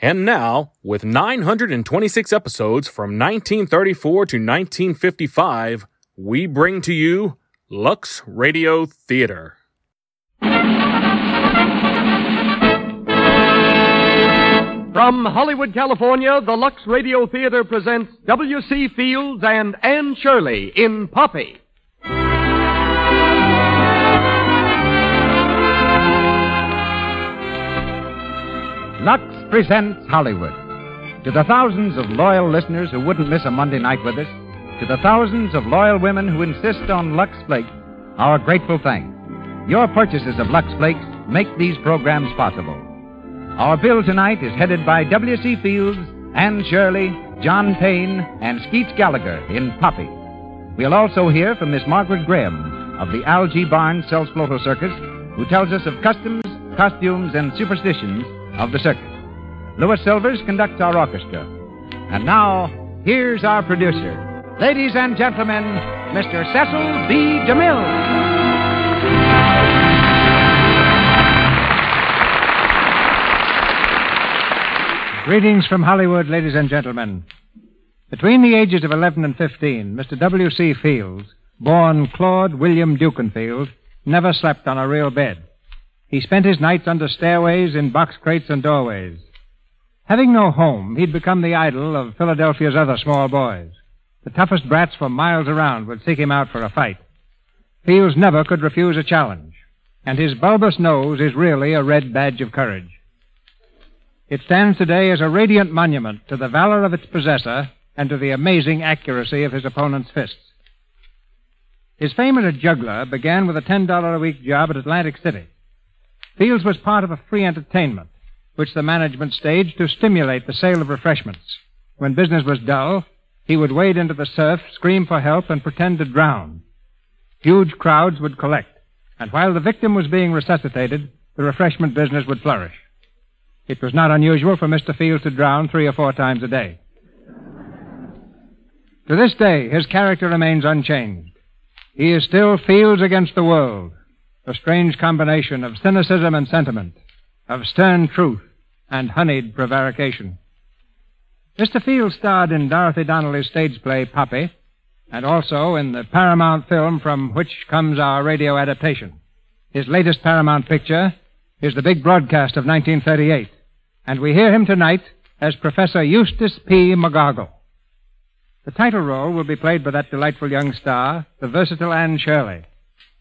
And now, with 926 episodes from 1934 to 1955, we bring to you Lux Radio Theater. From Hollywood, California, the Lux Radio Theater presents W.C. Fields and Anne Shirley in Poppy. Lux presents Hollywood. To the thousands of loyal listeners who wouldn't miss a Monday night with us, to the thousands of loyal women who insist on Lux Flakes, our grateful thanks. Your purchases of Lux Flakes make these programs possible. Our bill tonight is headed by W.C. Fields, Anne Shirley, John Payne, and Skeets Gallagher in Poppy. We'll also hear from Miss Margaret Graham of the Algie Barn Sells Floto Circus, who tells us of customs, costumes, and superstitions of the circus. Louis Silvers conducts our orchestra. And now, here's our producer. Ladies and gentlemen, Mr. Cecil B. DeMille. Greetings from Hollywood, ladies and gentlemen. Between the ages of 11 and 15, Mr. W.C. Fields, born Claude William Dukenfield, never slept on a real bed. He spent his nights under stairways, in box crates, and doorways. Having no home, he'd become the idol of Philadelphia's other small boys. The toughest brats for miles around would seek him out for a fight. Fields never could refuse a challenge, and his bulbous nose is really a red badge of courage. It stands today as a radiant monument to the valor of its possessor and to the amazing accuracy of his opponent's fists. His fame as a juggler began with a $10 a week job at Atlantic City. Fields was part of a free entertainment, which the management staged to stimulate the sale of refreshments. When business was dull, he would wade into the surf, scream for help, and pretend to drown. Huge crowds would collect, and while the victim was being resuscitated, the refreshment business would flourish. It was not unusual for Mr. Fields to drown three or four times a day. To this day, his character remains unchanged. He is still Fields against the world, a strange combination of cynicism and sentiment, of stern truth and honeyed prevarication. Mr. Fields starred in Dorothy Donnelly's stage play Poppy, and also in the Paramount film from which comes our radio adaptation. His latest Paramount picture is the big broadcast of 1938, and we hear him tonight as Professor Eustace P. McGargle. The title role will be played by that delightful young star, the versatile Anne Shirley.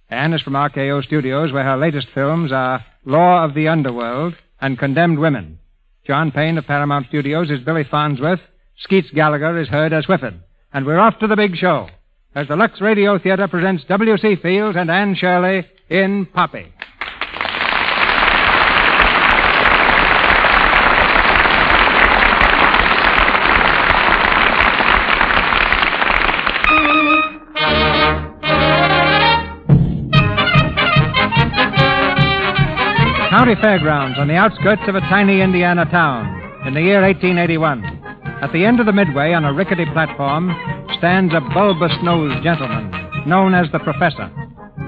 Anne is from RKO Studios, where her latest films are Law of the Underworld and Condemned Women. John Payne of Paramount Studios is Billy Farnsworth. Skeets Gallagher is heard as Whiffin. And we're off to the big show as the Lux Radio Theater presents W.C. Fields and Anne Shirley in Poppy. County Fairgrounds on the outskirts of a tiny Indiana town in the year 1881. At the end of the midway on a rickety platform stands a bulbous nosed gentleman known as the Professor.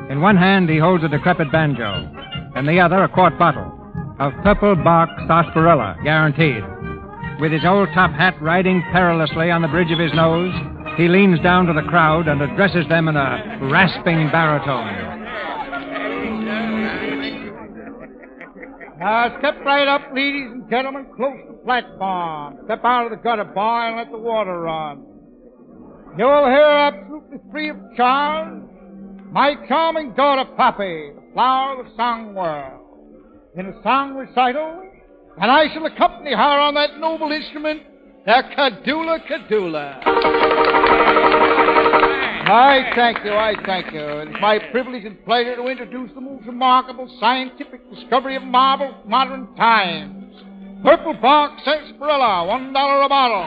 In one hand, he holds a decrepit banjo, in the other, a quart bottle of purple bark sarsaparilla, guaranteed. With his old top hat riding perilously on the bridge of his nose, he leans down to the crowd and addresses them in a rasping baritone. Now, step right up, ladies and gentlemen, close to the platform. Step out of the gutter bar and let the water run. You'll hear absolutely free of charge my charming daughter, Poppy, the flower of the song world, in a song recital, and I shall accompany her on that noble instrument, the Kadula Kadula. I thank you, I thank you. It's my privilege and pleasure to introduce the most remarkable scientific discovery of marvel modern times. Purple Box Sarsaparilla, one dollar a bottle.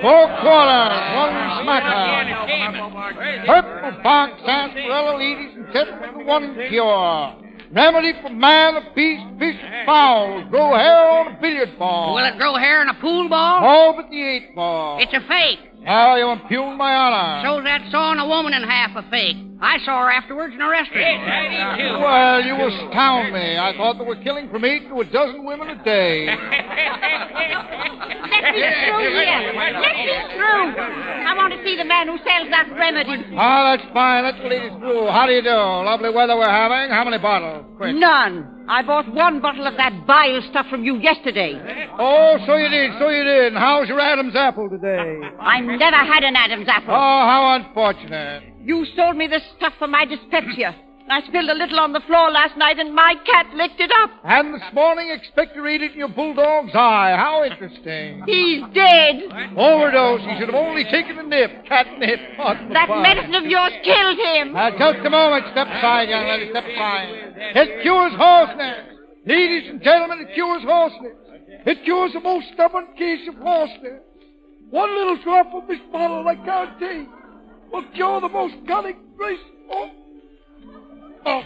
Four quarters, one smacker. Purple Box Sarsaparilla, ladies and gentlemen, the one cure. Remedy for man, the beast, fish, and fowl. Grow hair on a billiard ball. Will it grow hair in a pool ball? All but the eight ball. It's a fake. Now you impugn my honor. Shows that sawing a woman in half a fake. I saw her afterwards in a restaurant. Well, you astound me. I thought they were killing from eight to a dozen women a day. Let me through here. Let me through. I want to see the man who sells that remedy. Ah, that's fine. Let's lead it through. How do you do? Lovely weather we're having. How many bottles? Quick. None. I bought one bottle of that bile stuff from you yesterday. Oh, so you did, so you did. And how's your Adam's apple today? I never had an Adam's Oh, apple. how unfortunate. You sold me this stuff for my dyspepsia. I spilled a little on the floor last night and my cat licked it up. And this morning, expect to read it in your bulldog's eye. How interesting. He's dead. Overdose. He should have only taken a nip. Catnip. What the That fuck? medicine of yours killed him. Now, just a moment. Step aside, young lady. Step aside. It cures hoarseness. Ladies and gentlemen, it cures hoarseness. It cures the most stubborn case of hoarseness. One little drop of this bottle I can't take will cure the most chronic race. Oh. oh.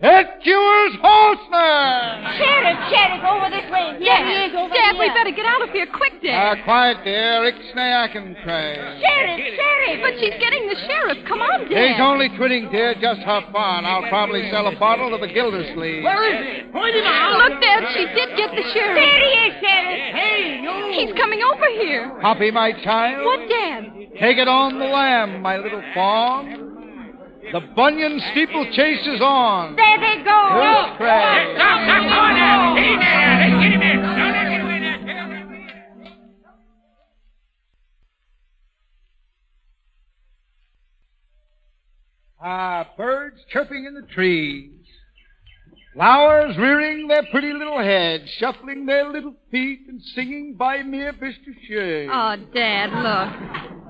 It cures hoarseness. Sheriff, Sheriff, over this way. Yeah, he is over Dad, here. we better get out of here quick, Dad. Ah, quiet there. Ixnay, I can pray. Sheriff, Sheriff. but she's getting the sheriff. Come on, Dad. He's only twitting, dear. Just have fun. I'll probably sell a bottle to the Look, Gildersleeve. Dad, she did get the sheriff. There he is, Sheriff. Hey, He's coming over here. Copy, my child. What, Dad? Take it on the lamb, my little fawn. The Bunyan steeplechase is on. There they go. Good crack. Ah, birds chirping in the trees. Flowers rearing their pretty little heads, shuffling their little feet, and singing by mere Mr. Shea. Oh, Dad, look.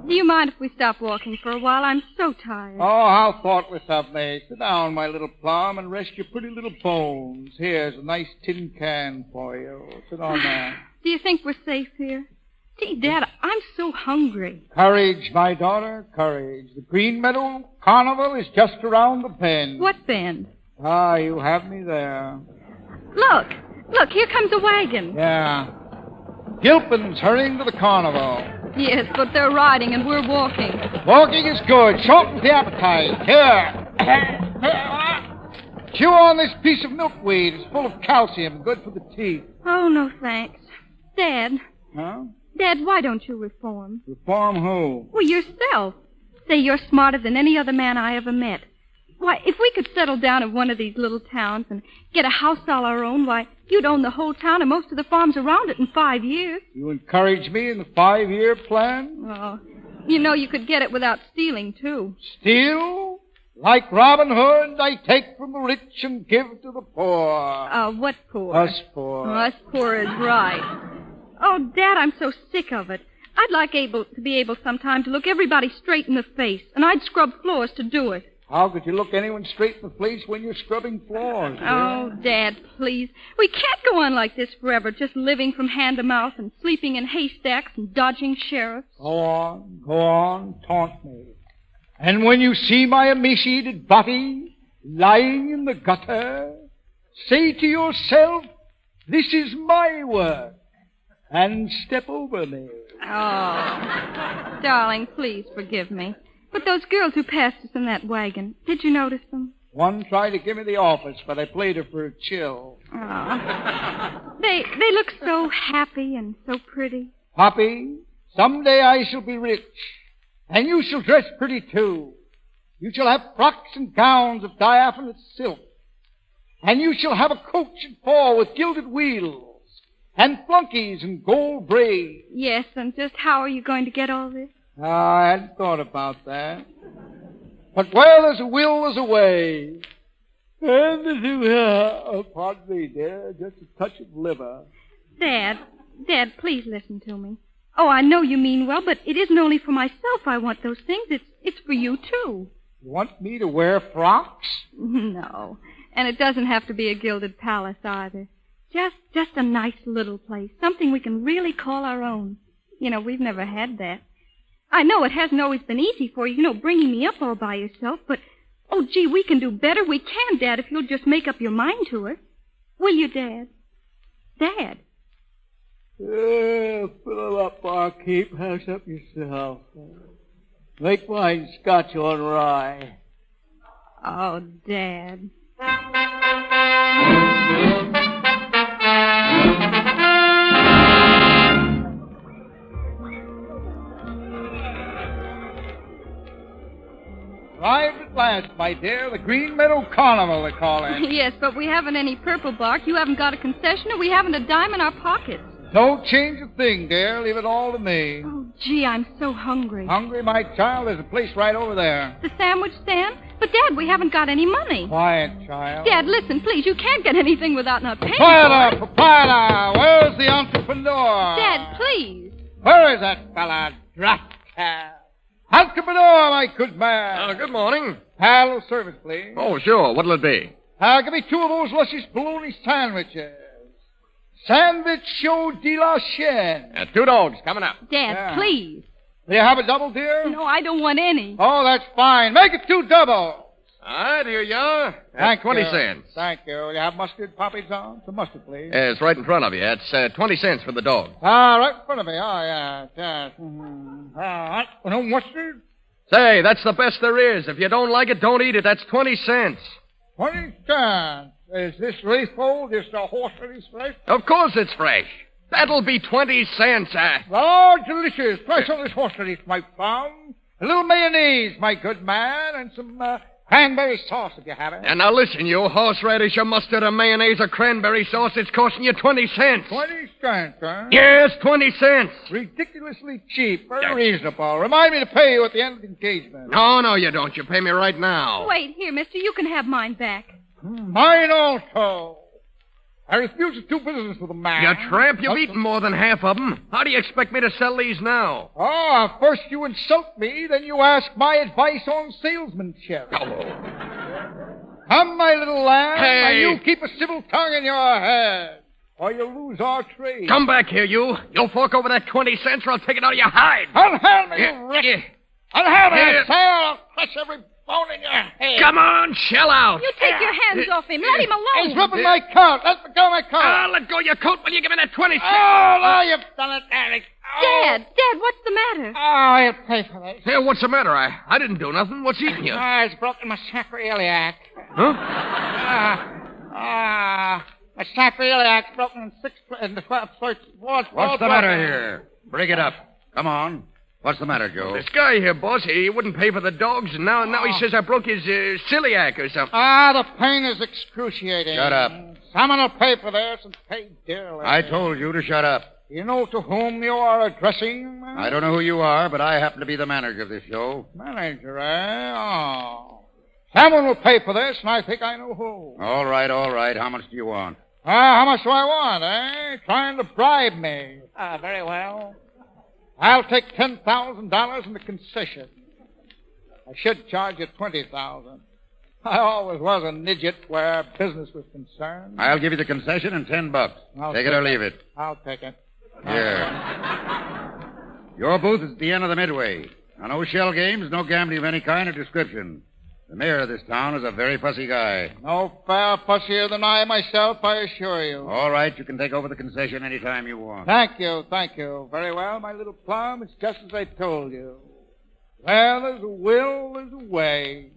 Do you mind if we stop walking for a while? I'm so tired. Oh, how thoughtless of me. Sit down, my little plum, and rest your pretty little bones. Here's a nice tin can for you. Sit on there. Do you think we're safe here? Gee, Dad, I'm so hungry. courage, my daughter, courage. The Green Meadow Carnival is just around the bend. What bend? Ah, you have me there. Look, look, here comes a wagon. Yeah. Gilpin's hurrying to the carnival. Yes, but they're riding and we're walking. Walking is good. Shortens the appetite. Here. Chew on this piece of milkweed. It's full of calcium, good for the teeth. Oh, no thanks. Dad, Huh? Dad, why don't you reform? Reform who? Well, yourself. Say you're smarter than any other man I ever met. Why, if we could settle down in one of these little towns and get a house all our own, why, you'd own the whole town and most of the farms around it in five years. You encourage me in the five-year plan? Oh, you know you could get it without stealing, too. Steal? Like Robin Hood, I take from the rich and give to the poor. Uh, what for? Us poor. Oh, us poor is right. Oh, Dad, I'm so sick of it. I'd like able to be able sometime to look everybody straight in the face, and I'd scrub floors to do it. How could you look anyone straight in the face when you're scrubbing floors? dear? Oh, Dad, please. We can't go on like this forever, just living from hand to mouth and sleeping in haystacks and dodging sheriffs. Go on, go on, taunt me. And when you see my emaciated body lying in the gutter, say to yourself, this is my work, and step over me. Oh. Darling, please forgive me. But those girls who passed us in that wagon, did you notice them? One tried to give me the office, but I played her for a chill. Oh. They they look so happy and so pretty. Poppy, someday I shall be rich, and you shall dress pretty too. You shall have frocks and gowns of diaphanous silk, and you shall have a coach and four with gilded wheels, and flunkies and gold braid. Yes, and just how are you going to get all this? Ah, I hadn't thought about that. But where there's a will, there's a way. And there's a- oh, pardon me, dear, just a touch of liver. Dad, Dad, please listen to me. Oh, I know you mean well, but it isn't only for myself I want those things. It's it's for you too. You want me to wear frocks? No. And it doesn't have to be a gilded palace either. Just, just a nice little place. Something we can really call our own. You know, we've never had that. I know it hasn't always been easy for you, you know, bringing me up all by yourself, but, oh, gee, we can do better. We can, Dad, if you'll just make up your mind to it. Will you, Dad? Dad? Yeah, fill up our keep house up yourself. Make mine scotch on rye. Oh, Dad. Arrived at last, my dear. The Green Meadow Carnival, they call it. Yes, but we haven't any purple bark. You haven't got a concession, and we haven't a dime in our pockets. Don't change a thing, dear. Leave it all to me. Oh, gee, I'm so hungry. Hungry, my child? There's a place right over there. The sandwich stand? But, Dad, we haven't got any money. Quiet, child. Dad, listen, please. You can't get anything without not paying. for Proprietor, it. proprietor, where's the entrepreneur? Dad, please. Where is that fella? Dracta. Entrepreneur, my good man. Uh, good morning. Paddle service, please. Oh, sure. What'll it be? Uh, give me two of those luscious bologna sandwiches. Sandwich show de la chaîne. Uh, two dogs coming up. Dad, Yeah. please. Do you have a double, dear? No, I don't want any. Oh, that's fine. Make it two double. All right, here you are. That's Thank 20 you. cents. Eh. Thank you. You have mustard, Poppy John? Some mustard, please. Yeah, Uh, it's right in front of you. That's uh, 20 cents for the dog. Ah, right in front of me. Oh, yeah. Yes. Mhm. All right. No mustard? Say, that's the best there is. If you don't like it, don't eat it. That's 20 cents. 20 cents. Is this refold? Is the horse ready fresh? Of course it's fresh. That'll be 20 cents. Uh, Lord, delicious. Fresh on this horse ready, my plum. A little mayonnaise, my good man, and some uh, cranberry sauce if you have it. and now listen, you horseradish, a mustard, a mayonnaise, a cranberry sauce, it's costing you 20 cents. 20 cents, huh? Yes, 20 cents. Ridiculously cheap. Very Yeah. reasonable. Remind me to pay you at the end of the engagement. No, no, you don't. You pay me right now. Wait, here, mister. You can have mine back. Mine also. I refuse to do business with a man. You tramp, you've Nothing. eaten more than half of them. How do you expect me to sell these now? Ah, first you insult me, then you ask my advice on salesmanship. Oh, Come, my little lamb, Hey. and you keep a civil tongue in your head, or you'll lose our trade. come back here, you. You'll fork over that 20 cents or I'll take it out of your hide. Unhand me, Yeah, you wretch. yeah. Unhand me, Yeah. I say, or I'll crush every bone in your head. Come on, shell out. You take your hands off him. Let him He's alone. ripping my coat. Let me go, my coat. Ah, let go of your coat. Will you give me that 20 cents? oh, now you've done it, Eric. Oh. Dad, Dad, what's the matter? Oh, you'll pay for this. Hey, what's the matter? I, I didn't do nothing. What's eating you? Ah, it's broken my sacroiliac. Huh? Ah, ah, my sacroiliac's broken in six, in the twelve, first, fourth, What's the matter here? Break it up. Come on. What's the matter, Joe? This guy here, boss, he wouldn't pay for the dogs, and now, now he says I broke his uh, celiac or something. Oh. Ah, the pain is excruciating. Shut up. Someone will pay for this and pay dearly. I told you to shut up. You know to whom you are addressing? man? I don't know who you are, but I happen to be the manager of this show. Manager, eh? Oh. Someone will pay for this, and I think I know who. All right, all right. How much do you want? Ah, how much do I want, eh? Trying to bribe me. Ah, very well. I'll take ten thousand dollars in the concession. I should charge you twenty thousand. I always was a nidget where business was concerned. I'll give you the concession and ten bucks. I'll take it take or leave it. I'll take it. Here. Your booth is at the end of the midway. Now, no shell games, no gambling of any kind or description. The mayor of this town is a very fussy guy. No far fussier than I myself, I assure you. All right, you can take over the concession any time you Oh. want. Thank you, thank you. Very well, my little plum. It's just as I told you. Well, there's a will, there's a way.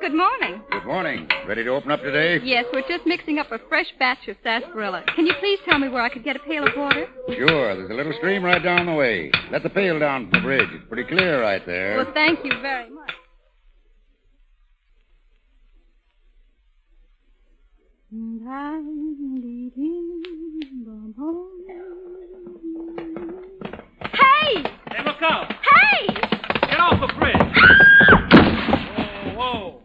Good morning. Good morning. Ready to open up today? Yes, we're just mixing up a fresh batch of sarsaparilla. Can you please tell me where I could get a pail of water? Sure. There's a little stream right down the way. Let the pail down from the bridge. It's pretty clear right there. Well, thank you very much. And I'm leading them home. Hey! Hey, look out! Hey! Get off the bridge! Ah! whoa, whoa!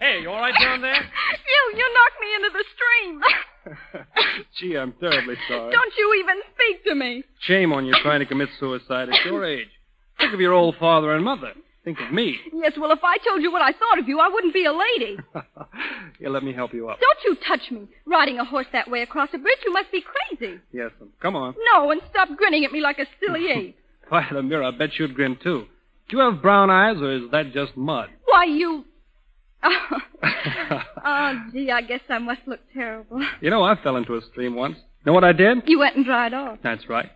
Hey, you all right down there? You, you knocked me into the stream. Gee, I'm terribly sorry. Don't you even speak to me. Shame on you trying to commit suicide at your age. Think of your old father and mother. Think of me. Yes, well, if I told you what I thought of you, I wouldn't be a lady. Here, let me help you up. Don't you touch me. Riding a horse that way across a bridge, you must be crazy. Yes, um, come on. No, and stop grinning at me like a silly ape. Why, the mirror, I bet you'd grin, too. Do you have brown eyes, or is that just mud? Why, you. Oh, oh, gee, I guess I must look terrible. You know, I fell into a stream once. Know what I did? You went and dried off. That's right.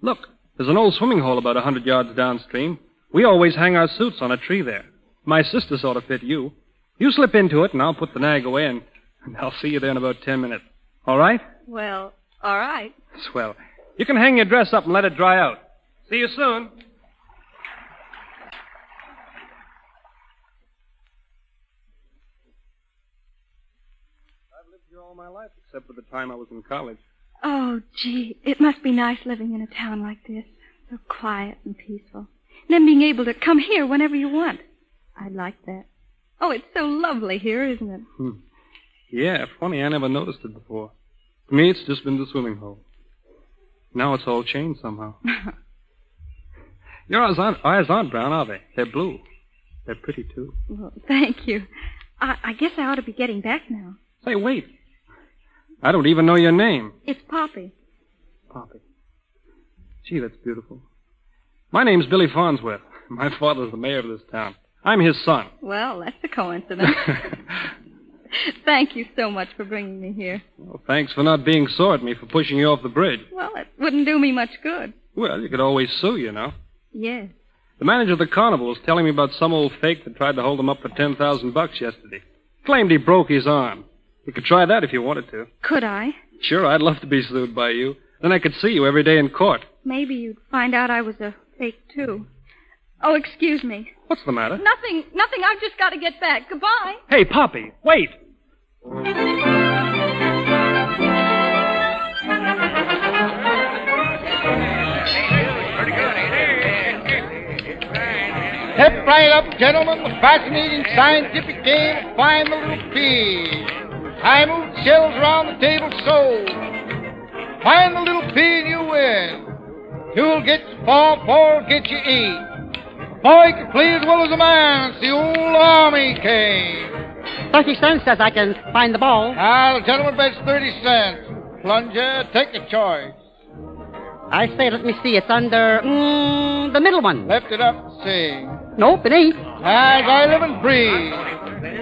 Look, there's an old swimming hole about a hundred yards downstream. We always hang our suits on a tree there. My sister sort of fit you. You slip into it, and I'll put the nag away, and, and I'll see you there in about ten minutes. All right? Well, all right. Swell. You can hang your dress up and let it dry out. See you soon. I've lived here all my life, except for the time I was in college. Oh, gee, it must be nice living in a town like this. So quiet and peaceful. And then being able to come here whenever you want. I like that. Oh, it's so lovely here, isn't it? Hmm. Yeah, funny, I never noticed it before. To me, it's just been the swimming hole. Now it's all changed somehow. Your eyes aren't, eyes aren't brown, are they? They're blue. They're pretty, too. Well, thank you. I, I guess I ought to be getting back now. Say, wait. I don't even know your name. It's Poppy. Poppy. Gee, that's beautiful. My name's Billy Farnsworth. My father's the mayor of this town. I'm his son. Well, that's a coincidence. Thank you so much for bringing me here. Well, thanks for not being sore at me for pushing you off the bridge. Well, it wouldn't do me much good. Well, you could always sue, you know. Yes. The manager of the carnival was telling me about some old fake that tried to hold him up for ten thousand bucks yesterday. Claimed he broke his arm. You could try that if you wanted to. Could I? Sure, I'd love to be sued by you. Then I could see you every day in court. Maybe you'd find out I was a fake, too. Oh, excuse me. What's the matter? Nothing, nothing. I've just got to get back. Goodbye. Hey, Poppy, wait! Step right up, gentlemen. The fascinating scientific game of find the little pea. I move shells around the table so. Find the little pea and you win. You'll get your paw, paw will get you eat. Boy can play as well as a man. It's the old army game. 30 cents says I can find the ball. Now, the gentleman bets 30 cents. Plunger, take a choice. I say, let me see. It's under mm, the middle one. Lift it up, see. Nope, it ain't. As I live and breathe.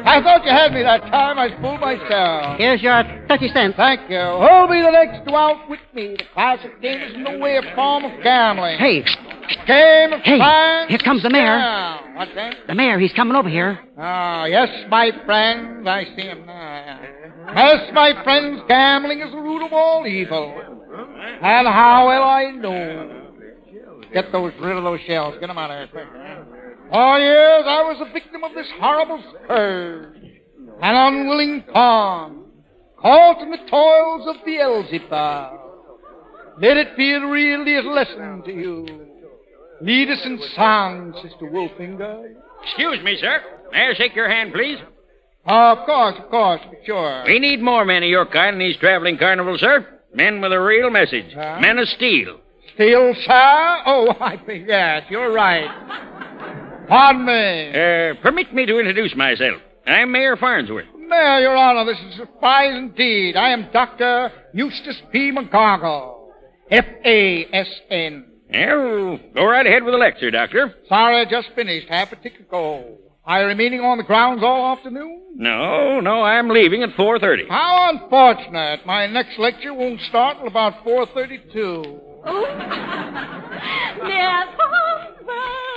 I thought you had me that time. I fooled myself. Here's your 30 cents. Thank you. Who'll be the next to out with me? The classic game is in the way a form of gambling. Hey, Game of Hey, science. here comes the mayor. Yeah. What's that? the mayor, he's coming over here. Ah, yes, my friends, I see him now. Yes, my friends, gambling is the root of all evil. And how will I know? Get those rid of those shells. Get them out of here quick. Oh, yes, I was a victim of this horrible scourge. An unwilling pawn, caught in the toils of the Elzevir. Let it be a real dear lesson to you. Lead us in song, Sister Wolfinger. Excuse me, sir. May I shake your hand, please? Oh, of course, of course, sure. We need more men of your kind in these traveling carnivals, sir. Men with a real message. Huh? Men of steel. Steel, sir? Oh, I think, yes, you're right. Pardon me. Uh, permit me to introduce myself. I'm Mayor Farnsworth. Mayor, Your Honor, this is a surprise indeed. I am Dr. Eustace P. McGargle, F-A-S-N. Well, go right ahead with the lecture, Doctor. Sorry, I just finished half a tick ago. Are you remaining on the grounds all afternoon? No, no, I'm leaving at 4.30. How unfortunate. My next lecture won't start till about 4.32.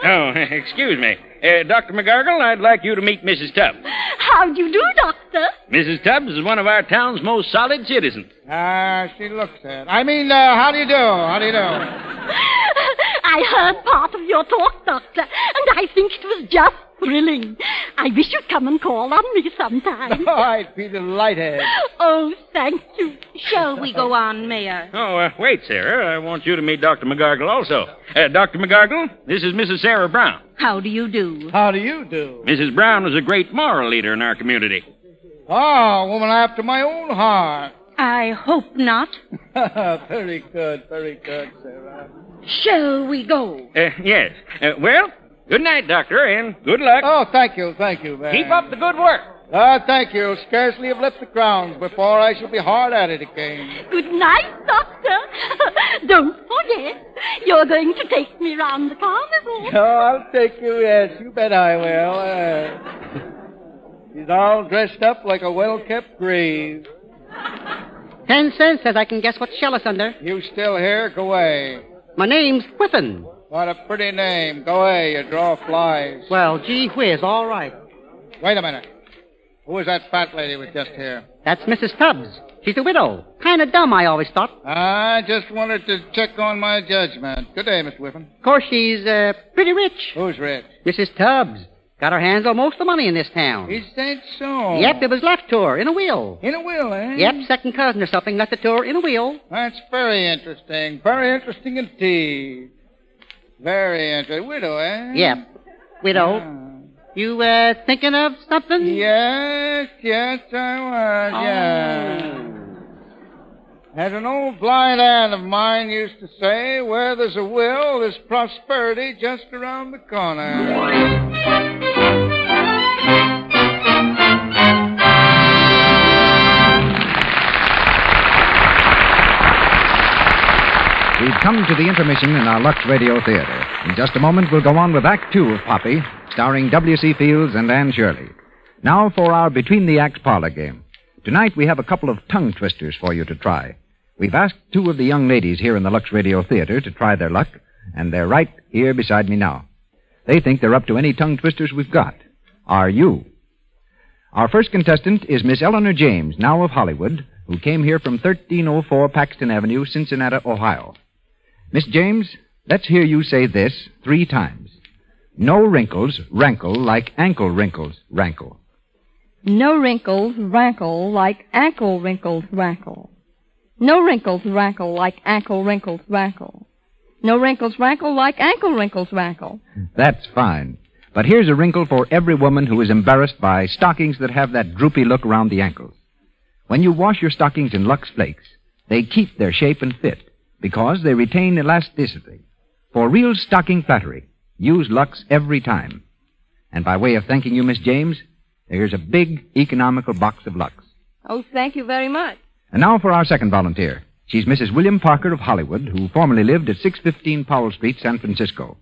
Oh, excuse me. Uh, Dr. McGargle, I'd like you to meet Mrs. Tubbs. How do you do, Doctor? Mrs. Tubbs is one of our town's most solid citizens. Ah, she looks it. I mean, uh, how do you do? How do you do? I heard part of your talk, Doctor, and I think it was just thrilling. I wish you'd come and call on me sometime. Oh, I'd be delighted. oh, thank you. Shall we go on, Mayor? Oh, uh, wait, Sarah. I want you to meet Dr. McGargle also. Uh, Dr. McGargle, this is Mrs. Sarah Brown. How do you do? How do you do? Mrs. Brown was a great moral leader in our community. Ah, a woman after my own heart. I hope not. very good, very good, Sarah. Shall we go? Uh, yes. Uh, well, good night, Doctor, and good luck. Oh, thank you, thank you, man. Keep up the good work. Ah, thank you. Scarcely have left the grounds before I shall be hard at it again. Good night, Doctor. Don't forget, you're going to take me round the carnival. Oh, I'll take you, yes. You bet I will. Uh, she's all dressed up like a well-kept grave. Ten cents says I can guess what shell is under. You still here? Go away. My name's Whiffin. What a pretty name. Go away, you draw flies. Well, gee whiz, all right. Wait a minute. Who was that fat lady was just here? That's Mrs. Tubbs. She's a widow. Kinda dumb, I always thought. I just wanted to check on my judgment. Good day, Mr. Whiffen. Of course, she's uh, pretty rich. Who's rich? Mrs. Tubbs. Got her hands on most of the money in this town. Is that so? Yep, it was left to her in a will. In a will, eh? Yep, second cousin or something left it to her in a will. That's very interesting. Very interesting indeed. Very interesting. Widow, eh? Yep, widow. You uh, thinking of something? Oh. Yes, yes, I was, yes. As an old blind aunt of mine used to say, where there's a will, there's prosperity just around the corner. We've come to the intermission in our Lux Radio Theater. In just a moment, we'll go on with Act Two of Poppy, starring W.C. Fields and Anne Shirley. Now for our Between the Acts parlor game. Tonight, we have a couple of tongue twisters for you to try. We've asked two of the young ladies here in the Lux Radio Theater to try their luck, and they're right here beside me now. They think they're up to any tongue twisters we've got. Are you? Our first contestant is Miss Eleanor James, now of Hollywood, who came here from 1304 Paxton Avenue, Cincinnati, Ohio. Miss James, let's hear you say this three times. No wrinkles rankle like ankle wrinkles rankle. No wrinkles rankle like ankle wrinkles rankle. No wrinkles rankle like ankle wrinkles rankle. No wrinkles rankle like ankle wrinkles rankle. That's fine. But here's a wrinkle for every woman who is embarrassed by stockings that have that droopy look around the ankles. When you wash your stockings in Lux Flakes, they keep their shape and fit because they retain elasticity. For real stocking flattery, use Lux every time. And by way of thanking you, Miss James, here's a big economical box of Lux. Oh, thank you very much. And now for our second volunteer. She's Mrs. William Parker of Hollywood, who formerly lived at 615 Powell Street, San Francisco.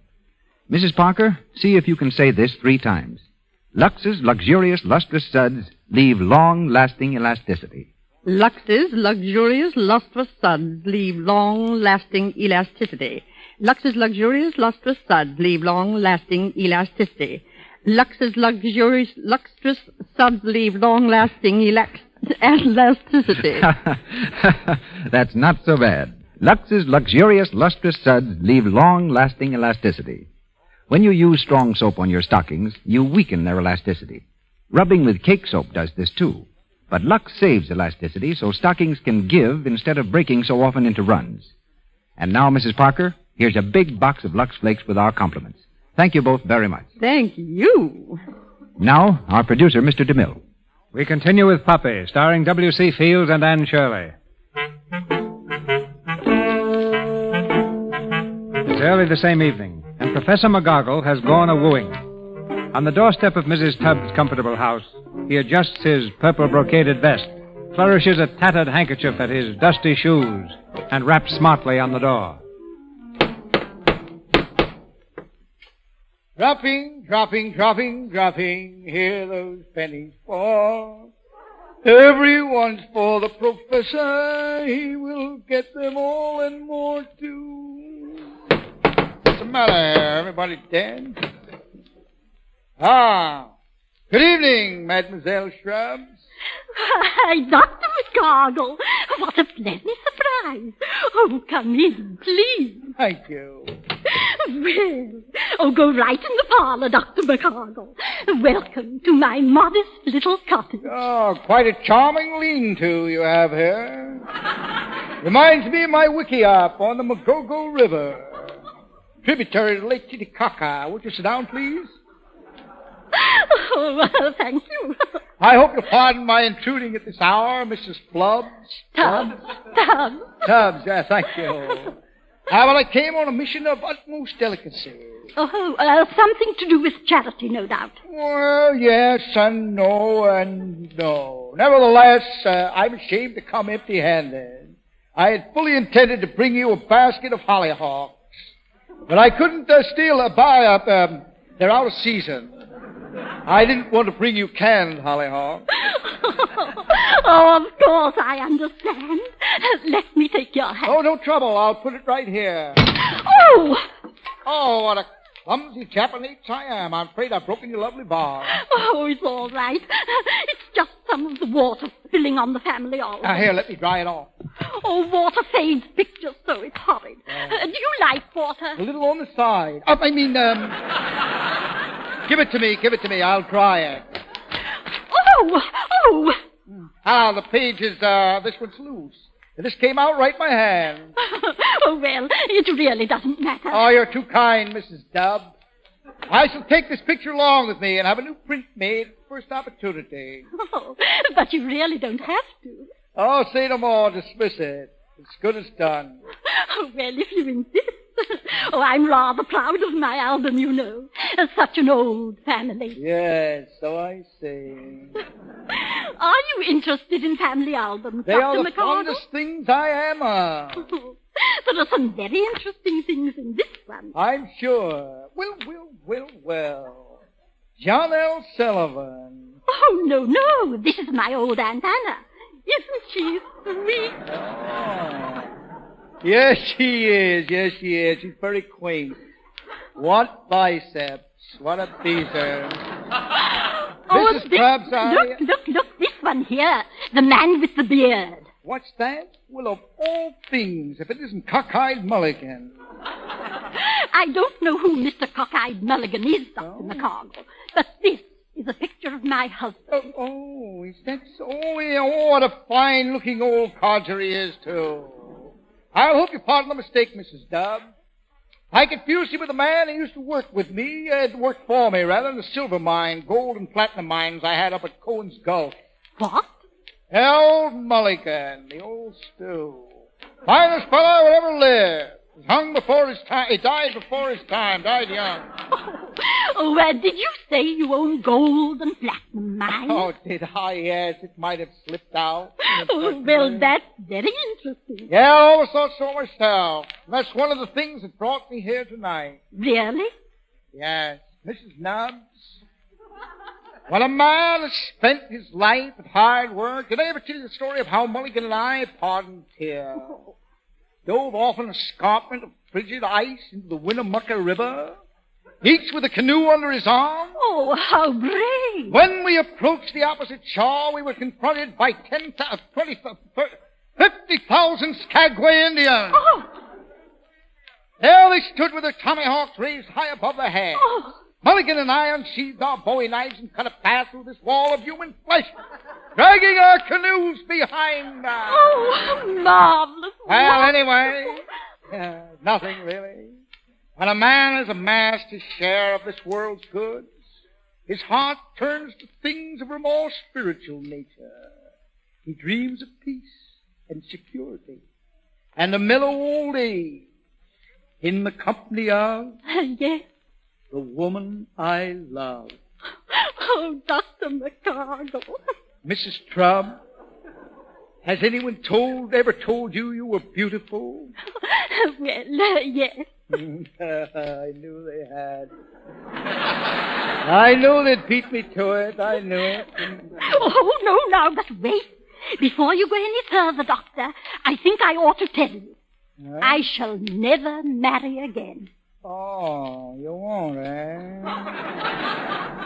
Mrs. Parker, see if you can say this three times. Lux's luxurious, lustrous suds leave long lasting elasticity. Lux's luxurious, lustrous suds leave long-lasting elasticity. Lux's luxurious, lustrous suds leave long-lasting elasticity. Lux's luxurious, lustrous suds leave long-lasting elax- elasticity. That's not so bad. Lux's luxurious, lustrous suds leave long lasting elasticity. When you use strong soap on your stockings, you weaken their elasticity. Rubbing with cake soap does this too. But Lux saves elasticity so stockings can give instead of breaking so often into runs. And now, Mrs. Parker, here's a big box of Lux Flakes with our compliments. Thank you both very much. Thank you. Now, our producer, Mr. DeMille. We continue with Poppy, starring W.C. Fields and Anne Shirley. It's early the same evening, and Professor McGoggle has gone a wooing. On the doorstep of Mrs. Tubbs' comfortable house, he adjusts his purple brocaded vest, flourishes a tattered handkerchief at his dusty shoes, and raps smartly on the door. Dropping, dropping, dropping, dropping, hear those pennies fall. Everyone's for the professor, he will get them all and more too. What's the matter here? Everybody dead? Ah, good evening, Mademoiselle Shrubs. Why, Dr. McGoggle, what a pleasant surprise. Oh, come in, please. Thank you. Well, oh, go right in the parlor, Dr. McGoggle. Welcome to my modest little cottage. Oh, quite a charming lean-to you have here. Reminds me of my wikiop on the Magogo River, tributary to Lake Titicaca. Would you sit down, please? Oh, thank you. I hope you'll pardon my intruding at this hour, Mrs. Flubbs. Tubbs. Tubbs. Tubbs, yeah, thank you. Ah, well, I came on a mission of utmost delicacy. Oh, uh, something to do with charity, no doubt. Well, yes and no and no. Nevertheless, uh, I'm ashamed to come empty-handed. I had fully intended to bring you a basket of hollyhocks, but I couldn't uh, steal a buy up. Um, they're out of season. I didn't want to bring you canned hollyhocks. Oh, of course, I understand. Let me take your hand. Oh, no trouble. I'll put it right here. Oh! Oh, what a clumsy Japanese I am. I'm afraid I've broken your lovely bar. Oh, it's all right. It's just some of the water spilling on the family olive. Now, Ah, here, let me dry it off. Oh, water fades pictures, so it's horrid. Oh. Uh, do you like water? A little on the side. Up, I mean, um. give it to me, give it to me. I'll dry it. Oh, oh, Ah, the page is, uh, this one's loose. This came out right in my hand. oh, well, it really doesn't matter. Oh, you're too kind, Mrs. Dubb. I shall take this picture along with me and have a new print made at the first opportunity. Oh, but you really don't have to. Oh, say no more. Dismiss it. It's good as done. Oh, well, if you insist. oh, I'm rather proud of my album, you know. As such an old family. Yes, so I see. Are you interested in family albums, They Dr. are the McArdle? fondest things I am of. There are some very interesting things in this one. I'm sure. Well, well, well, well. John L. Sullivan. Oh, no, no. This is my old Aunt Anna. Isn't she sweet? Yes, she is. Yes, she is. She's very quaint. What biceps. What a teaser. Oh, Mrs. this- Crabs, I- look, look, look, this one here. The man with the beard. What's that? Well, of all things, if it isn't Cockeyed Mulligan. I don't know who Mr. Cockeyed Mulligan is, Dr. Oh. McCargle, but this is a picture of my husband. Oh, is that so? Oh, yeah, oh, what a fine looking old codger he is, too. I hope you pardon the mistake, Mrs. Dubb. I confused him with a man who used to work with me, uh, worked for me, rather, in the silver mine, gold and platinum mines I had up at Cohen's Gulf. What? Harold Mulligan, the old stew. Finest fellow I would ever live. Was Hung before his time. He died before his time. Died young. Oh, uh, did you say you own gold and platinum mines? Oh, did I? Yes, it might have slipped out. Oh, well, that's very interesting. Yeah, I always thought so myself. And That's one of the things that brought me here tonight. Really? Yes, Mrs. Nubbs. When a man has spent his life at hard work, did I ever tell you the story of how Mulligan and I pardoned here? Oh. Dove off an escarpment of frigid ice into the Winnemucca River, each with a canoe under his arm. Oh, how brave. When we approached the opposite shore, we were confronted by 10, thou- uh, 20, thou- thir- 50,000 Skagway Indians. Oh! There they stood with their tomahawks raised high above their heads. Oh! Mulligan and I unsheathed our bowie knives and cut a path through this wall of human flesh, dragging our canoes behind us. Oh, marvelous. Well, anyway, uh, nothing really. When a man has amassed his share of this world's goods, his heart turns to things of a more spiritual nature. He dreams of peace and security and a mellow old age in the company of yes. the woman I love. Oh, Dr. McCargle. Mrs. Trub, has anyone told, ever told you you were beautiful? well, uh, yes. I knew they had. I knew they'd beat me to it. I knew it. Oh, no, now, but wait. Before you go any further, Doctor, I think I ought to tell you. I shall never marry again. Oh, you won't, eh?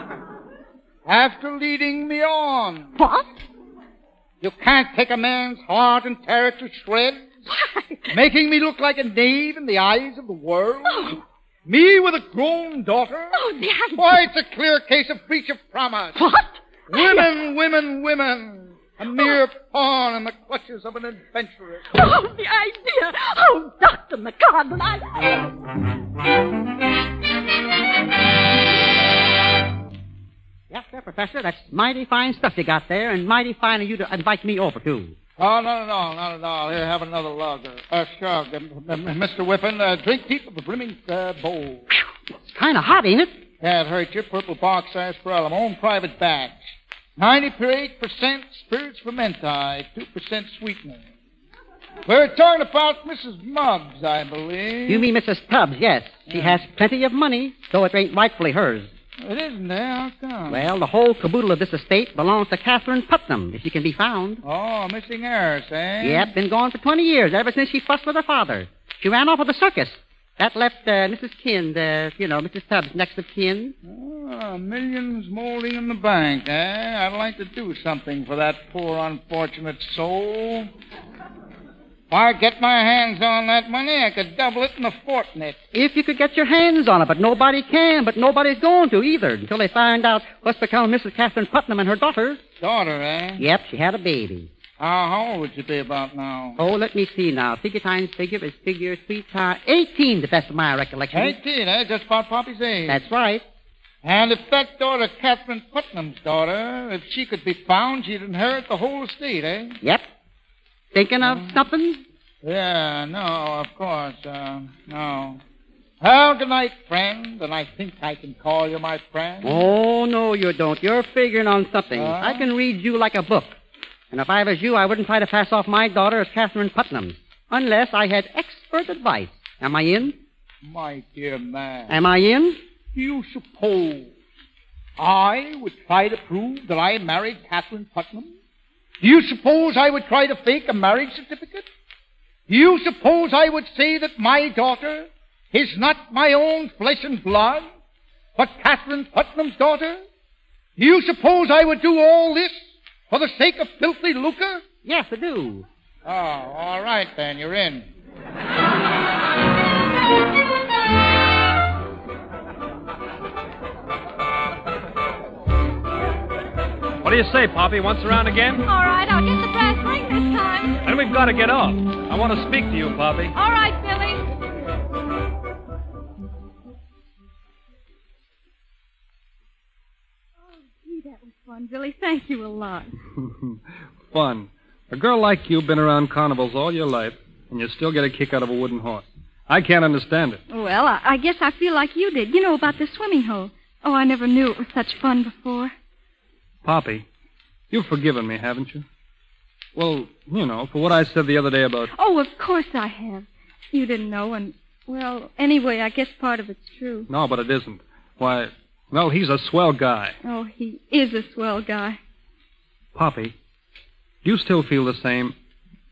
After leading me on. What? You can't take a man's heart and tear it to shreds. Making me look like a knave in the eyes of the world. Me with a grown daughter? Oh, the Why, it's a clear case of breach of promise. What? Women, women, women. A mere pawn in the clutches of an adventurer. Oh, the idea! Oh, Dr. McCardle, I... Yes, sir, Professor. That's mighty fine stuff you got there, and mighty fine of you to invite me over, too. Oh, not at all, not at all. Here, have another lager. Uh, sure, uh, m- m- Mr. Whiffen, uh, drink deep of a brimming uh, bowl. It's kind of hot, ain't it? Yeah, it hurts you. Purple box sarsaparilla, my own private batch. 98% spirits fermenti, 2% sweetener. We're talking about Mrs. Muggs, I believe. You mean Mrs. Tubbs, yes. She has plenty of money, though it ain't rightfully hers. It isn't there. How come? Well, the whole caboodle of this estate belongs to Catherine Putnam, if she can be found. Oh, missing heirs, eh? Yep, been gone for 20 years, ever since she fussed with her father. She ran off with the circus. That left uh, Mrs. Kind, uh, you know, Mrs. Tubbs, next of kin. Ah, millions molding in the bank, eh? I'd like to do something for that poor unfortunate soul. If I get my hands on that money, I could double it in a fortnight. If you could get your hands on it, but nobody can, but nobody's going to either until they find out what's become of Mrs. Catherine Putnam and her daughter. Daughter, eh? Yep, she had a baby. How, how old would you be about now? Oh, let me see now. Figure times figure is figure three times eighteen, to the best of my recollection. Eighteen, eh? Just about Poppy's age. That's right. And if that daughter, Catherine Putnam's daughter, if she could be found, she'd inherit the whole estate, eh? Yep. Thinking of something? Yeah, no, of course, uh, no. Well, good night, friend, and I think I can call you my friend. Oh no, you don't. You're figuring on something. Huh? I can read you like a book. And if I was you, I wouldn't try to pass off my daughter as Catherine Putnam, unless I had expert advice. Am I in? My dear man. Am I in? Do you suppose I would try to prove that I married Catherine Putnam? Do you suppose I would try to fake a marriage certificate? Do you suppose I would say that my daughter is not my own flesh and blood, but Catherine Putnam's daughter? Do you suppose I would do all this for the sake of filthy lucre? Yes, I do. Oh, all right then, you're in. What do you say, Poppy? Once around again? All right, I'll get the brass ring this time. Then we've got to get off. I want to speak to you, Poppy. All right, Billy. Gee, that was fun, Billy. Thank you a lot. Fun. A girl like you've been around carnivals all your life, and you still get a kick out of a wooden horse. I can't understand it. Well, I, I guess I feel like you did. You know about the swimming hole. Oh, I never knew it was such fun before. Poppy, you've forgiven me, haven't you? Well, you know, for what I said the other day about. Oh, of course I have. You didn't know, and well, anyway, I guess part of it's true. No, but it isn't. Why, well, he's a swell guy. Oh, he is a swell guy. Poppy, do you still feel the same?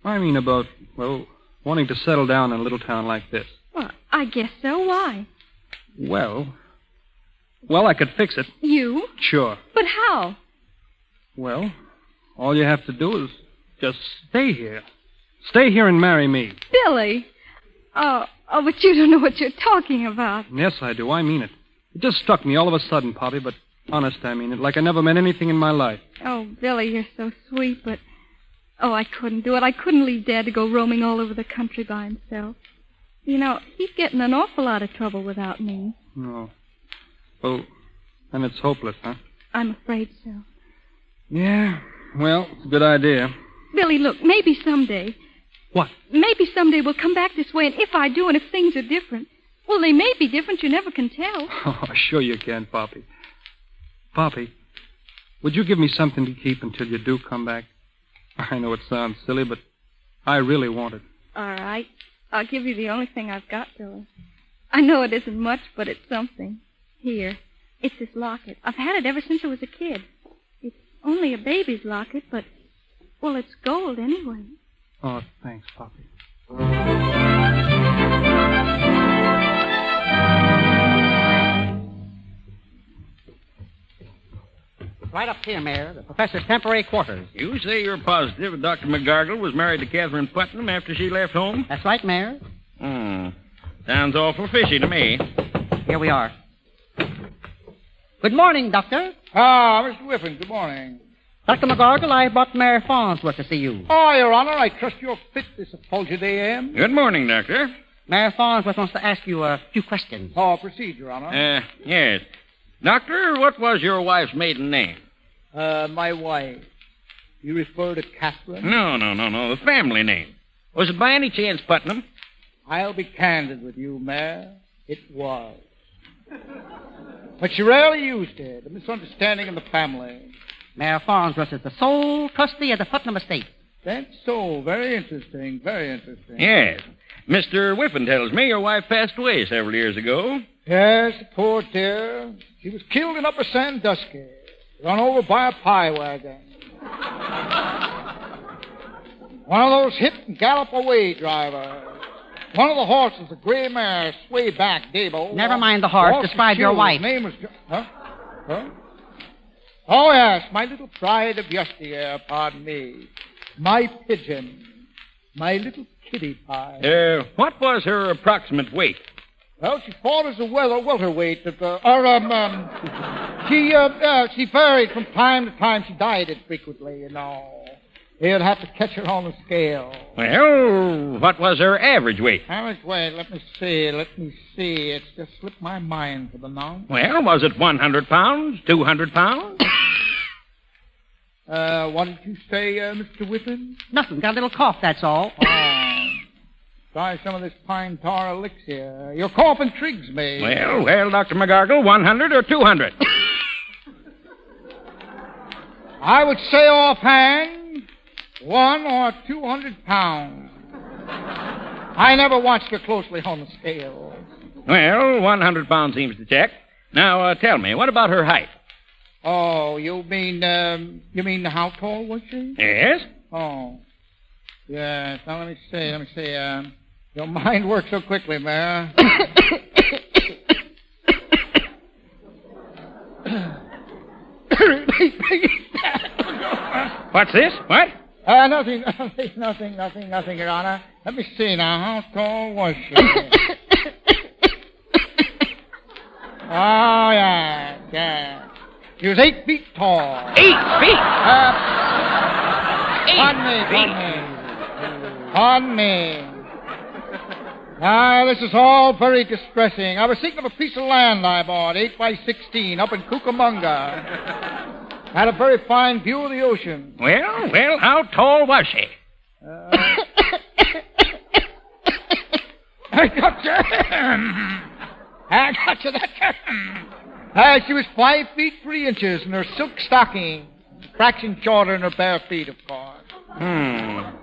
I mean, about, well, wanting to settle down in a little town like this. Well, I guess so. Why? Well, well, I could fix it. You? Sure. But how? Well, all you have to do is just stay here. Stay here and marry me. Billy. Oh, oh, but you don't know what you're talking about. Yes, I do. I mean it. It just struck me all of a sudden, Poppy, but honest, I mean it. Like I never meant anything in my life. Oh, Billy, you're so sweet, but oh, I couldn't do it. I couldn't leave Dad to go roaming all over the country by himself. You know, he's getting an awful lot of trouble without me. No. Well, then it's hopeless, huh? I'm afraid so. Yeah. Well, it's a good idea. Billy, look, maybe someday. What? Maybe someday we'll come back this way, and if I do, and if things are different. Well, they may be different, you never can tell. Oh, sure you can, Poppy. Poppy, would you give me something to keep until you do come back? I know it sounds silly, but I really want it. All right. I'll give you the only thing I've got, Billy. I know it isn't much, but it's something. Here. It's this locket. I've had it ever since I was a kid. It's only a baby's locket, but, well, it's gold anyway. Oh, thanks, Poppy. Right up here, Mayor, the professor's temporary quarters. You say you're positive that Dr. McGargle was married to Catherine Putnam after she left home? That's right, Mayor. Hmm. Sounds awful fishy to me. Here we are. Good morning, Doctor. Ah, Mr. Whiffen, good morning. Dr. McGargle, I brought Mayor Farnsworth to see you. Oh, Your Honor, I trust you're fit this effulgent AM. Good morning, Doctor. Mayor Farnsworth wants to ask you a few questions. Oh, proceed, Your Honor. Uh, yes. Doctor, what was your wife's maiden name? Uh, my wife. You refer to Catherine? No, no, no, no. The family name. Was it by any chance Putnam? I'll be candid with you, Mayor. It was. But she rarely used it. A misunderstanding in the family. Mayor Farnsworth is the sole trustee of the Putnam estate. That's so. Very interesting. Very interesting. Yes. Mr. Whiffen tells me your wife passed away several years ago. Yes, poor dear. She was killed in Upper Sandusky, run over by a pie wagon. One of those hit and gallop away drivers. One of the horses, a gray mare, sway back, Dable. Never mind the horse. Horse Describe your killed. wife. Name was. Jo- Huh? Huh? Oh, yes, my little pride of yesteryear, pardon me. My pigeon. My little kitty pie. Uh, what was her approximate weight? Well, she fought as a wel- welterweight at the. Or, um, um she, uh, uh, she varied from time to time. She dieted frequently, you know. You'd have to catch her on the scale. Well, what was her average weight? How much weight? Let me see. Let me see. It's just slipped my mind for the now. Well, was it 100 pounds, 200 pounds? Uh, what did you say, uh, Mr. Whippen? Nothing. Got a little cough, that's all. Try Oh. some of this pine tar elixir. Your cough intrigues me. Well, well, Dr. McGargle, 100 or 200? I would say offhand, one or two hundred pounds. I never watched her closely on the scale. Well, 100 pounds seems to check. Now, uh, tell me, what about her height? Oh, you mean, um, you mean how tall was she? Yes? Oh. Yes. Now, let me see. Let me see. Um, your mind works so quickly, Mara. What's this? What? Uh, nothing, nothing, nothing, nothing, nothing, Your Honor. Let me see now. How tall was she? oh, yeah, yeah. She was eight feet tall. Eight feet? Uh, pardon me, feet. pardon me. Pardon me. Ah, this is all very distressing. I was thinking of a piece of land I bought, 8 by 16, up in Cucamonga. Had a very fine view of the ocean. Well, well, how tall was she? I got you. I got you. That. Uh, she was five feet three inches in her silk stocking, fraction shorter than her bare feet, of course. Hmm.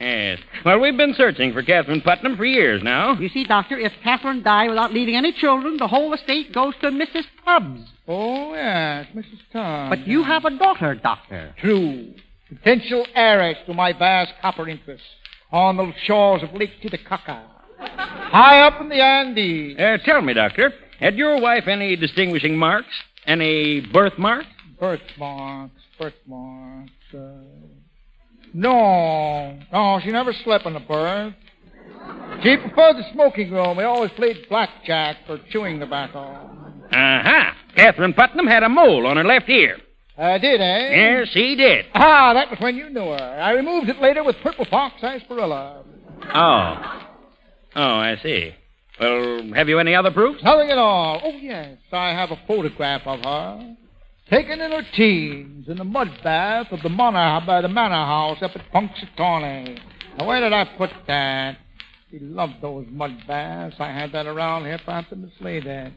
Yes. Well, we've been searching for Catherine Putnam for years now. You see, Doctor, if Catherine died without leaving any children, the whole estate goes to Mrs. Tubbs. Oh, yes, Mrs. Tubbs. But you have a daughter, Doctor. True. Potential heiress to my vast copper interests on the shores of Lake Titicaca. High up in the Andes. Uh, tell me, Doctor, had your wife any distinguishing marks? Any birthmark? Birthmarks, birthmarks. Uh, no, no, she never slept in the berth. She preferred the smoking room. We always played blackjack for chewing tobacco. Uh-huh. Catherine Putnam had a mole on her left ear. I did, eh? Yes, she did. Ah, that was when you knew her. I removed it later with purple fox sarsaparilla. Oh. Oh, I see. Well, have you any other proofs? Nothing at all. Oh, yes, I have a photograph of her. Taken in her teens in the mud bath of the, manor, by the manor house up at Punxsutawney. Now, where did I put that? She loved those mud baths. I had that around here. Perhaps I mislaid that.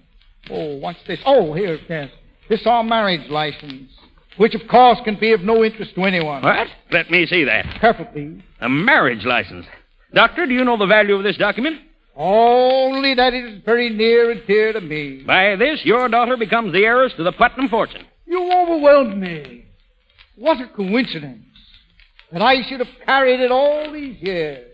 Oh, what's this? Oh, here's this. This our marriage license, which, of course, can be of no interest to anyone. What? Let me see that. Careful, please. A marriage license. Doctor, do you know the value of this document? Only that it is very near and dear to me. By this, your daughter becomes the heiress to the Putnam fortune. You overwhelmed me. What a coincidence that I should have carried it all these years.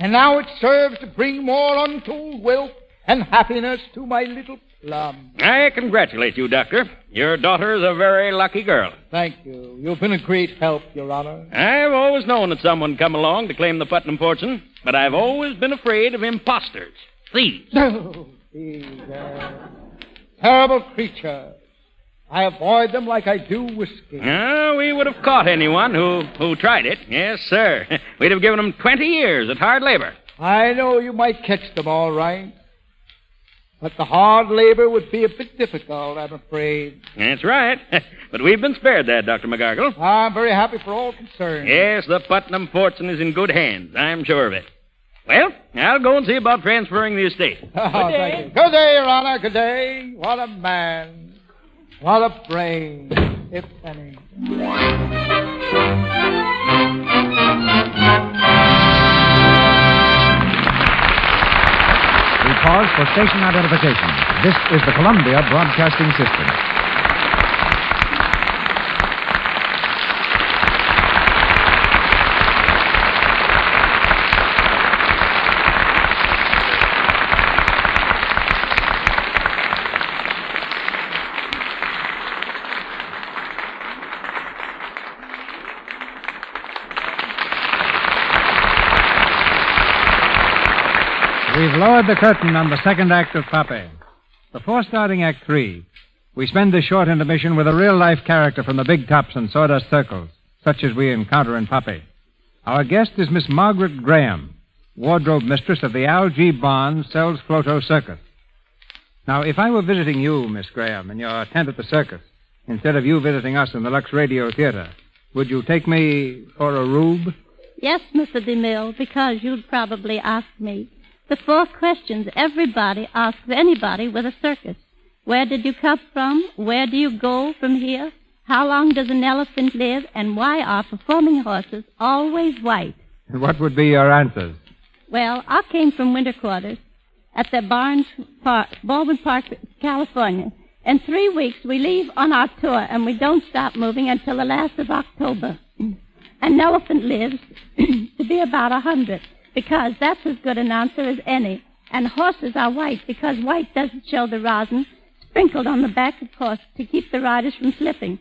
And now it serves to bring more untold wealth and happiness to my little plum. I congratulate you, Doctor. Your daughter's a very lucky girl. Thank you. You've been a great help, Your Honor. I've always known that someone would come along to claim the Putnam fortune, but I've always been afraid of imposters. Thieves. No, these uh, terrible creatures. I avoid them like I do whiskey. Ah, we would have caught anyone who, who tried it. Yes, sir. We'd have given them 20 years at hard labor. I know you might catch them all right. But the hard labor would be a bit difficult, I'm afraid. That's right. but we've been spared that, Dr. McGargle. I'm very happy for all concerned. Yes, the Putnam fortune is in good hands. I'm sure of it. Well, I'll go and see about transferring the estate. Oh, thank you. Good day, Your Honor. Good day. What a man. What a brain, if any. We pause for station identification. This is the Columbia Broadcasting System. We've lowered the curtain on the second act of Poppy. Before starting Act Three, we spend this short intermission with a real life character from the big tops and sawdust circles, such as we encounter in Poppy. Our guest is Miss Margaret Graham, wardrobe mistress of the Al G. Barnes Sells Floto Circus. Now, if I were visiting you, Miss Graham, in your tent at the circus, instead of you visiting us in the Lux Radio Theater, would you take me for a rube? Yes, Mr. DeMille, because you'd probably ask me the four questions everybody asks anybody with a circus. Where did you come from? Where do you go from here? How long does an elephant live? And why are performing horses always white? What would be your answers? Well, I came from winter quarters at the Barnes Park, Baldwin Park, California. In three weeks, we leave on our tour, and we don't stop moving until the last of October. An elephant lives to be about a hundred, because that's as good an answer as any. And horses are white, because white doesn't show the rosin sprinkled on the back of horse to keep the riders from slipping.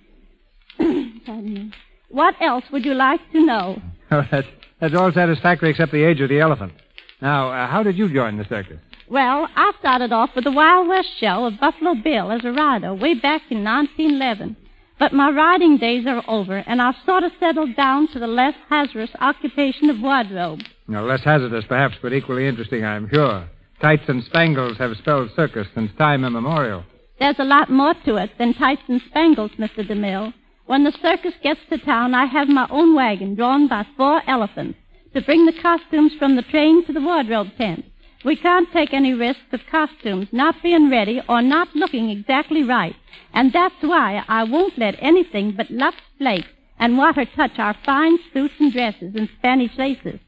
Pardon me. what else would you like to know? Oh, that's, that's all satisfactory except the age of the elephant. Now, uh, how did you join the circus? Well, I started off with the Wild West show of Buffalo Bill as a rider way back in 1911. But my riding days are over, and I've sort of settled down to the less hazardous occupation of wardrobe. No, less hazardous, perhaps, but equally interesting, I'm sure. Tights and spangles have spelled circus since time immemorial. There's a lot more to it than tights and spangles, Mr. DeMille. When the circus gets to town, I have my own wagon drawn by four elephants to bring the costumes from the train to the wardrobe tent. We can't take any risks of costumes not being ready or not looking exactly right. And that's why I won't let anything but Lux flakes and water touch our fine suits and dresses and Spanish laces.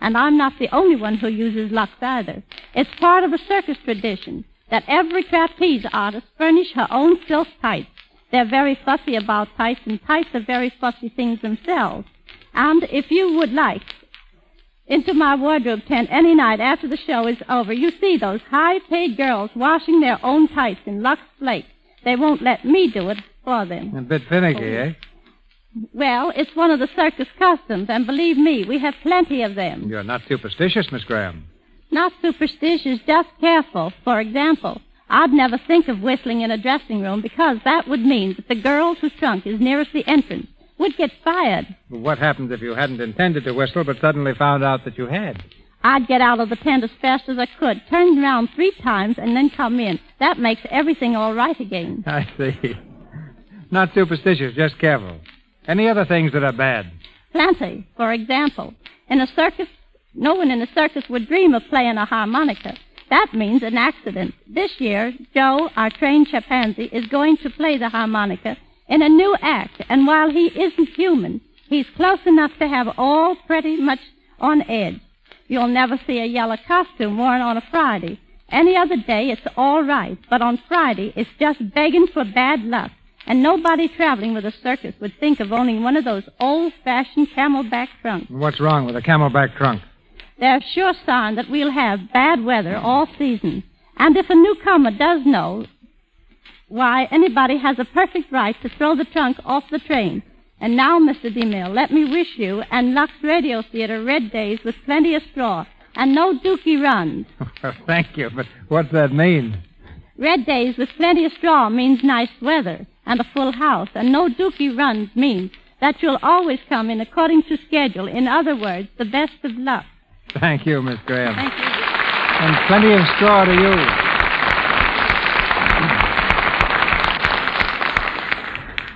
And I'm not the only one who uses Lux either. It's part of a circus tradition that every trapeze artist furnish her own silk tights. They're very fussy about tights, and tights are very fussy things themselves. And if you would like, into my wardrobe tent any night after the show is over, you see those high-paid girls washing their own tights in Lux Flake. They won't let me do it for them. A bit finicky, eh? Well, it's one of the circus customs, and believe me, we have plenty of them. You're not superstitious, Miss Graham. Not superstitious, just careful. For example, I'd never think of whistling in a dressing room because that would mean that the girl whose trunk is nearest the entrance would get fired. What happens if you hadn't intended to whistle but suddenly found out that you had? I'd get out of the tent as fast as I could, turn around three times, and then come in. That makes everything all right again. I see. Not superstitious, just careful. Any other things that are bad? Plenty. For example, in a circus, no one in a circus would dream of playing a harmonica. That means an accident. This year, Joe, our trained chimpanzee, is going to play the harmonica in a new act, and while he isn't human, he's close enough to have all pretty much on edge. You'll never see a yellow costume worn on a Friday. Any other day, it's all right, but on Friday, it's just begging for bad luck. And nobody traveling with a circus would think of owning one of those old-fashioned camelback trunks. What's wrong with a camelback trunk? They're sure sign that we'll have bad weather all season. And if a newcomer does know, why, anybody has a perfect right to throw the trunk off the train. And now, Mr. DeMille, let me wish you and Lux Radio Theater red days with plenty of straw and no dookie runs. Thank you, but what's that mean? Red days with plenty of straw means nice weather and a full house, and no dookie runs means that you'll always come in according to schedule. In other words, the best of luck. Thank you, Miss Graham. Thank you. And plenty of straw to you.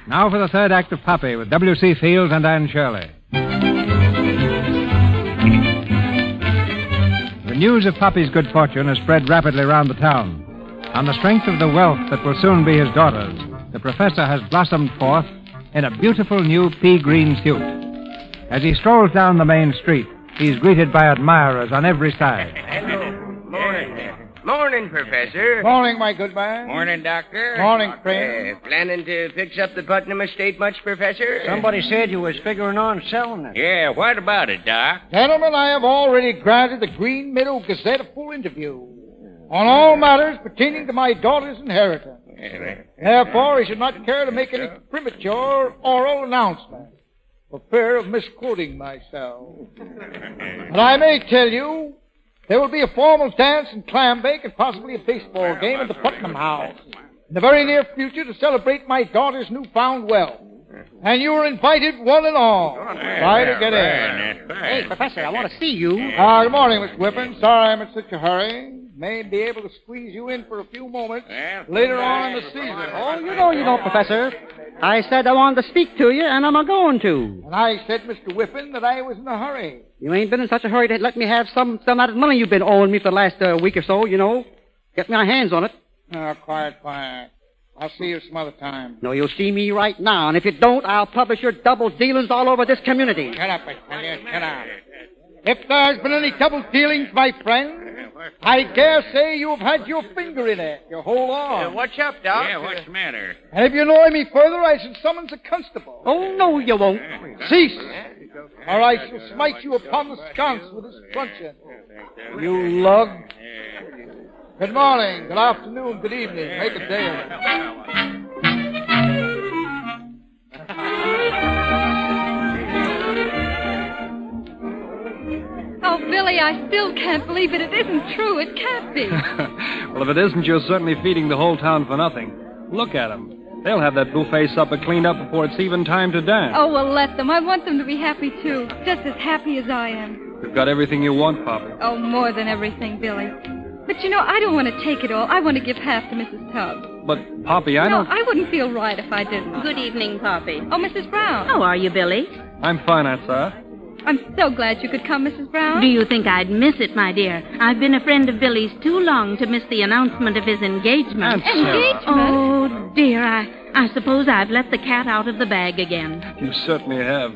Now for the third act of Poppy with W.C. Fields and Anne Shirley. The news of Poppy's good fortune has spread rapidly round the town. On the strength of the wealth that will soon be his daughter's, the professor has blossomed forth in a beautiful new pea green suit. As he strolls down the main street, he's greeted by admirers on every side. Morning. Morning, Professor. Morning, my good man. Morning, Doctor. Morning, friend. planning to fix up the Putnam estate much, Professor? Somebody said you was figuring on selling it. Yeah, what about it, Doc? Gentlemen, I have already granted the Green Meadow Gazette a full interview on all matters pertaining to my daughter's inheritance. Therefore, he should not care to make any premature oral announcement for fear of misquoting myself. But I may tell you, there will be a formal dance and clam bake and possibly a baseball game at the Putnam House in the very near future to celebrate my daughter's newfound wealth. And you are invited one and all. Try to get in. Hey, Professor, I want to see you. Ah, good morning, Miss Whippen. Sorry I'm in such a hurry. May be able to squeeze you in for a few moments later on in the season. Oh, You know you don't, Professor. I said I wanted to speak to you, and I'm a going to. And I said, Mr. Whippen, that I was in a hurry. You ain't been in such a hurry to let me have some some of that money you've been owing me for the last uh, week or so. You know, get my hands on it. Oh, quiet, quiet. I'll see you some other time. No, you'll see me right now, and if you don't, I'll publish your double dealings all over this community. Shut up, I tell you. Shut up. If there's been any double dealings, my friend, I dare say you have had your finger in it. You hold on. what's up, Doc? Yeah, what's the matter? And if you annoy me further, I shall summons a constable. Oh, no, you won't. Cease, or I shall smite you upon the sconce with this truncheon. You lug. Good morning, good afternoon, good evening. Make a day of it. Oh, Billy, I still can't believe it. It isn't true. It can't be. Well, if it isn't, you're certainly feeding the whole town for nothing. Look at 'em. They'll have that buffet supper cleaned up before it's even time to dance. Oh, well, let them. I want them to be happy, too. Just as happy as I am. You've got everything you want, Poppy. Oh, more than everything, Billy. But you know, I don't want to take it all. I want to give half to Mrs. Tubbs. But, Poppy, I no, don't. I wouldn't feel right if I didn't. Good evening, Poppy. Oh, Mrs. Brown. How are you, Billy? I'm fine, outside. I'm so glad you could come, Mrs. Brown. Do you think I'd miss it, my dear? I've been a friend of Billy's too long to miss the announcement of his engagement. Aunt Sarah. Engagement? Oh, dear, I, I suppose I've let the cat out of the bag again. You certainly have.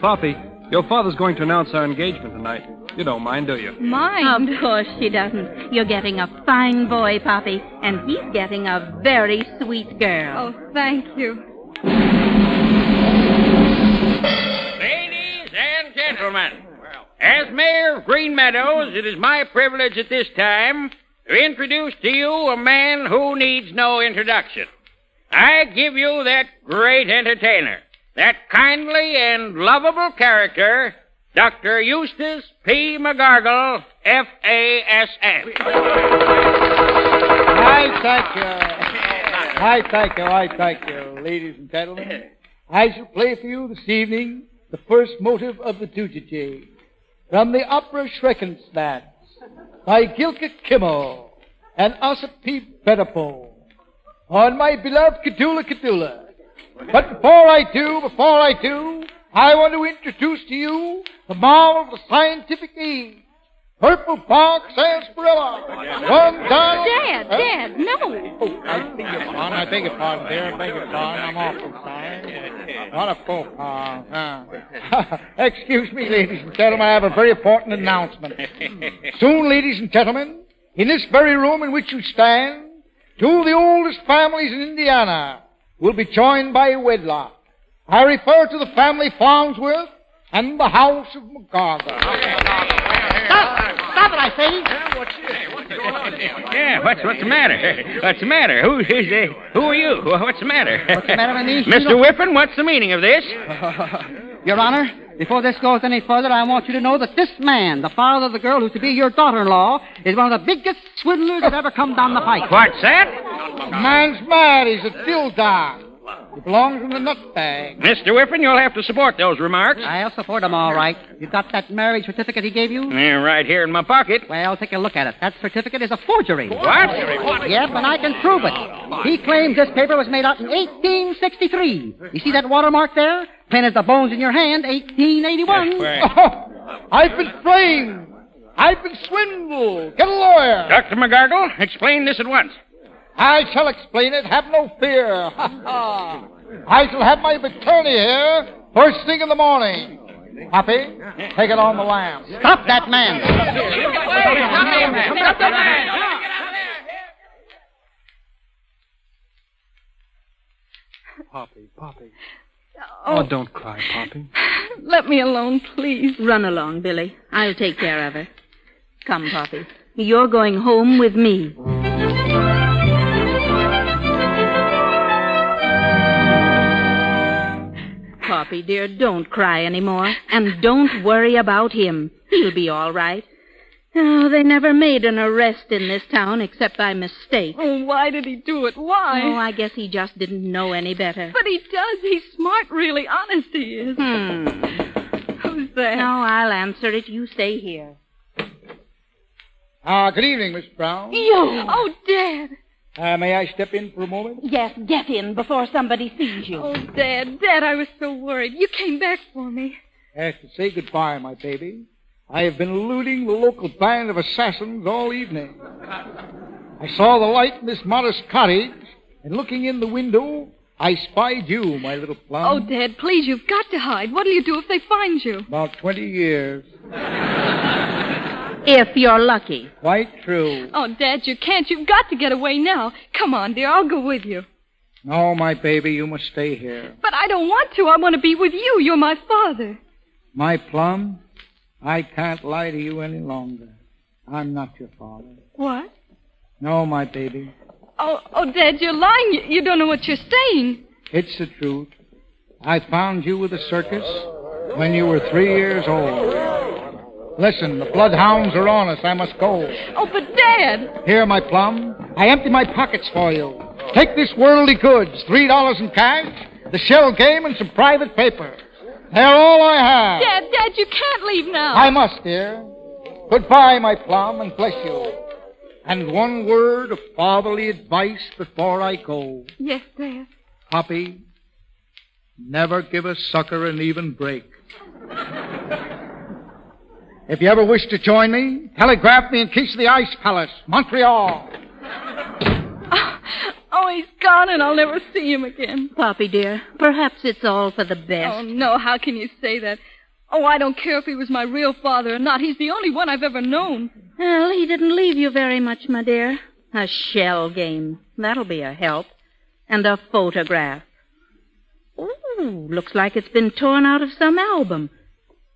Poppy, your father's going to announce our engagement tonight. You don't mind, do you? Mine? Of course she doesn't. You're getting a fine boy, Poppy, and he's getting a very sweet girl. Oh, thank you. Ladies and gentlemen, as mayor of Green Meadows, it is my privilege at this time to introduce to you a man who needs no introduction. I give you that great entertainer, that kindly and lovable character, Dr. Eustace P. McGargle, F.A.S.F. I thank you. I thank you. I thank you, ladies and gentlemen. I shall play for you this evening the first motive of the Dujajay from the opera Schreckensnatz by Gilka Kimmel and Asa P. Bedapole on my beloved Kadula Kadula. But before I do, before I do, I want to introduce to you the marvel of the scientific age. Purple Park Sarsaparilla. One time. Dad, Dad, no. Oh, I beg your pardon. I beg your pardon, dear. I beg your pardon. I'm awful sorry. What a faux pas. Ah. Excuse me, ladies and gentlemen. I have a very important announcement. Soon, ladies and gentlemen, in this very room in which you stand, two of the oldest families in Indiana will be joined by wedlock. I refer to the family Farnsworth and the House of MacArthur. Stop it, I say. Yeah, what's what's the matter? What's the matter? Who is uh, who are you? What's the matter? What's the matter with me, Mr. Sheila? Whippen? What's the meaning of this? Your Honor, before this goes any further, I want you to know that this man, the father of the girl who's to be your daughter-in-law, is one of the biggest swindlers that ever come down the pike. What's that? Man's mad. He's a dildo. It belongs in the nut bag. Mr. Whiffen, you'll have to support those remarks. I'll support them all right. You got that marriage certificate he gave you? Yeah, right here in my pocket. Well, take a look at it. That certificate is a forgery. What? Yep, and I can prove it. He claims this paper was made out in 1863. You see that watermark there? Plain as the bones in your hand, Oh, 1881. That's I've been framed. I've been swindled. Get a lawyer. Dr. McGargle, explain this at once. I shall explain it. Have no fear. Ah. I shall have my attorney here first thing in the morning. Happy, take it on the lamb. Stop that man. Poppy, Poppy. Oh. oh don't cry, Poppy. Let me alone, please. Run along, Billy. I'll take care of her. Come, Poppy. You're going home with me. Poppy, dear, don't cry anymore. And don't worry about him. He'll be all right. Oh, they never made an arrest in this town except by mistake. Oh, why did he do it? Why? Oh, I guess he just didn't know any better. But he does. He's smart, really. Honest, he is. Hmm. Who's there? No, I'll answer it. You stay here. Ah, good evening, Miss Brown. You! Oh, Dad! Uh, may I step in for a moment? Yes, get in before somebody sees you. Oh, Dad, Dad, I was so worried. You came back for me. Yes, to say goodbye, my baby. I have been eluding the local band of assassins all evening. I saw the light in this modest cottage, and looking in the window, I spied you, my little plum. Oh, Dad, please, you've got to hide. What'll you do if they find you? About 20 years. If you're lucky. Quite true. Oh, Dad, you can't. You've got to get away now. Come on, dear. I'll go with you. No, my baby, you must stay here. But I don't want to. I want to be with you. You're my father. My plum, I can't lie to you any longer. I'm not your father. What? No, my baby. Oh, oh, Dad, you're lying. You, you don't know what you're saying. It's the truth. I found you with the circus when you were three years old. Listen, the bloodhounds are on us. I must go. Oh, but Dad. Here, my plum. I empty my pockets for you. Take this worldly goods, three dollars in cash, the shell game, and some private paper. They're all I have. Dad, Dad, you can't leave now. I must, dear. Goodbye, my plum, and bless you. And one word of fatherly advice before I go. Yes, Dad. Poppy, never give a sucker an even break. if you ever wish to join me, telegraph me in case of the Ice Palace, Montreal. Oh, he's gone, and I'll never see him again. Poppy, dear, perhaps it's all for the best. Oh, no. How can you say that? Oh, I don't care if he was my real father or not. He's the only one I've ever known. Well, he didn't leave you very much, my dear. A shell game. That'll be a help. And a photograph. Ooh, looks like it's been torn out of some album.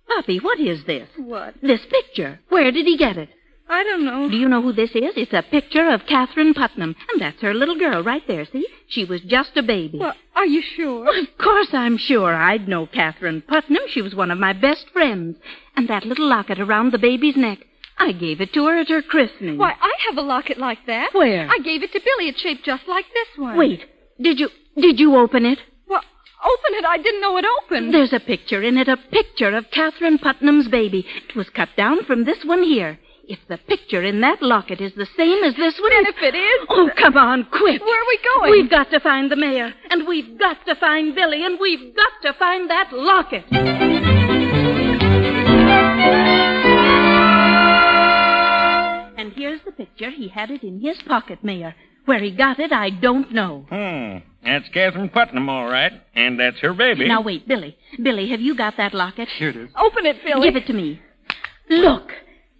Poppy, what is this? What? This picture. Where did he get it? I don't know. Do you know who this is? It's a picture of Catherine Putnam. And that's her little girl right there, see? She was just a baby. Well, are you sure? Well, of course I'm sure. I'd know Catherine Putnam. She was one of my best friends. And that little locket around the baby's neck, I gave it to her at her christening. Why, I have a locket like that. Where? I gave it to Billy. It's shaped just like this one. Wait, did you did you open it? Well, open it. I didn't know it opened. There's a picture in it, a picture of Catherine Putnam's baby. It was cut down from this one here. If the picture in that locket is the same as this one, Then if it is. oh come on, quick! Where are we going? We've got to find the mayor, and we've got to find Billy, and we've got to find that locket. And here's the picture. He had it in his pocket, Mayor. Where he got it, I don't know. Hmm. That's Catherine Putnam, all right. And that's her baby. Now, wait, Billy. Billy, have you got that locket? Here it is. Open it, Billy. Give it to me. Look,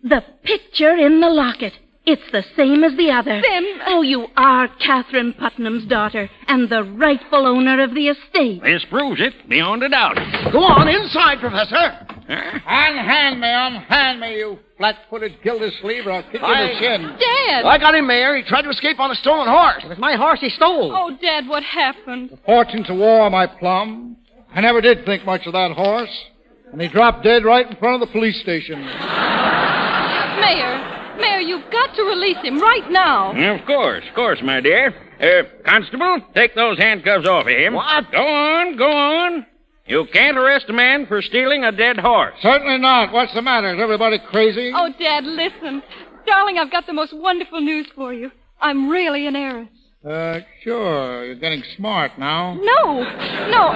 the picture in the locket. It's the same as the other. Then- Oh, you are Catherine Putnam's daughter and the rightful owner of the estate. This proves it beyond a doubt. Go on inside, Professor. Huh? Unhand me, unhand me, you flat-footed Gildersleeve, or I'll kick you in the shin. Dad. I got him, Mayor. He tried to escape on a stolen horse. It was my horse he stole. Oh, Dad, what happened? Fortune's a war, my plum. I never did think much of that horse. And he dropped dead right in front of the police station. Mayor, Mayor, you've got to release him right now. Of course, of course, my dear. Uh, Constable, take those handcuffs off of him. What? Go on, go on. You can't arrest a man for stealing a dead horse. Certainly not. What's the matter? Is everybody crazy? Oh, Dad, listen. Darling, I've got the most wonderful news for you. I'm really an heiress. Uh, sure. You're getting smart now. No, no.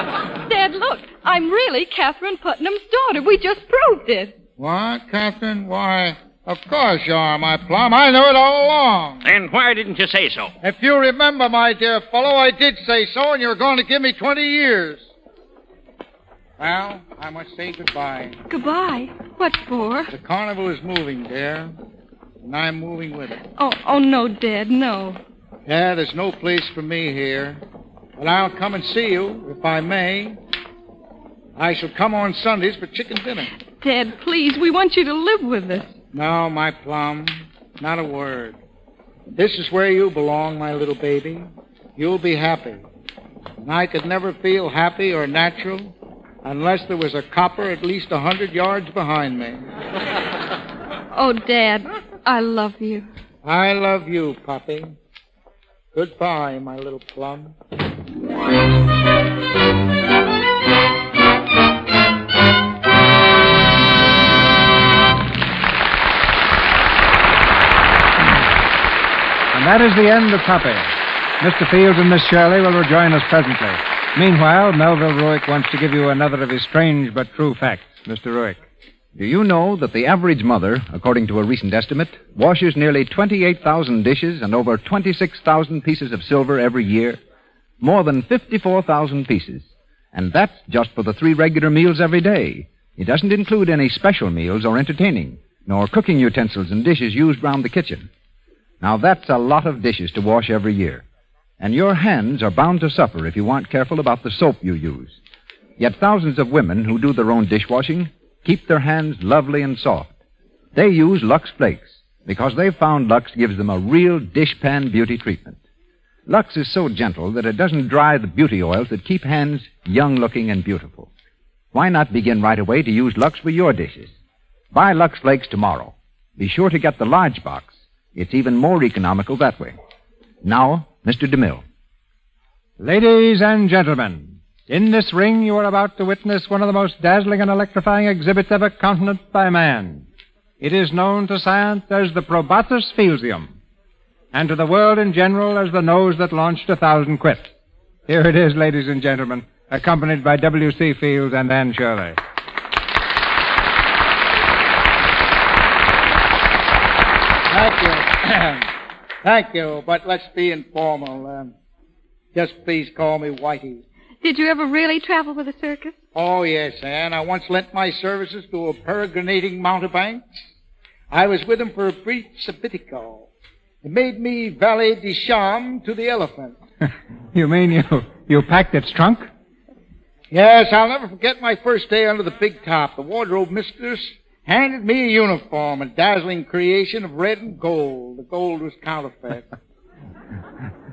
Dad, look. I'm really Catherine Putnam's daughter. We just proved it. What, Catherine? Why, of course you are, my plum. I knew it all along. Then why didn't you say so? If you remember, my dear fellow, I did say so, and you're going to give me 20 years. Well, I must say goodbye. Goodbye. What for? The carnival is moving, dear, and I'm moving with it. Oh, oh no, Dad, no. Yeah, there's no place for me here, but I'll come and see you, if I may. I shall come on Sundays for chicken dinner. Dad, please, we want you to live with us. No, my plum, not a word. This is where you belong, my little baby. You'll be happy. And I could never feel happy or natural unless there was a copper at least a hundred yards behind me. Oh, Dad, I love you. I love you, Poppy. Goodbye, my little plum. And that is the end of Poppy. Mr. Fields and Miss Shirley will rejoin us presently. Meanwhile, Melville Ruick wants to give you another of his strange but true facts. Mr. Ruick. Do you know that the average mother, according to a recent estimate, washes nearly 28,000 dishes and over 26,000 pieces of silver every year? More than 54,000 pieces. And that's just for the three regular meals every day. It doesn't include any special meals or entertaining, nor cooking utensils and dishes used round the kitchen. Now that's a lot of dishes to wash every year. And your hands are bound to suffer if you aren't careful about the soap you use. Yet thousands of women who do their own dishwashing keep their hands lovely and soft. They use Lux Flakes because they've found Lux gives them a real dishpan beauty treatment. Lux is so gentle that it doesn't dry the beauty oils that keep hands young looking and beautiful. Why not begin right away to use Lux for your dishes? Buy Lux Flakes tomorrow. Be sure to get the large box. It's even more economical that way. Now, Mr. DeMille. Ladies and gentlemen, in this ring you are about to witness one of the most dazzling and electrifying exhibits ever countened by man. It is known to science as the probatus fisium, and to the world in general as the nose that launched a thousand quits. Here it is, ladies and gentlemen, accompanied by W.C. Fields and Anne Shirley. Thank you. Thank you, but let's be informal. Um, just please call me Whitey. Did you ever really travel with a circus? Oh, yes, Anne. I once lent my services to a peregrinating mountebank. I was with him for a brief sabbatical. It made me valet de chambre to the elephant. You mean you, you packed its trunk? Yes, I'll never forget my first day under the big top. The wardrobe mistress handed me a uniform, a dazzling creation of red and gold. The gold was counterfeit.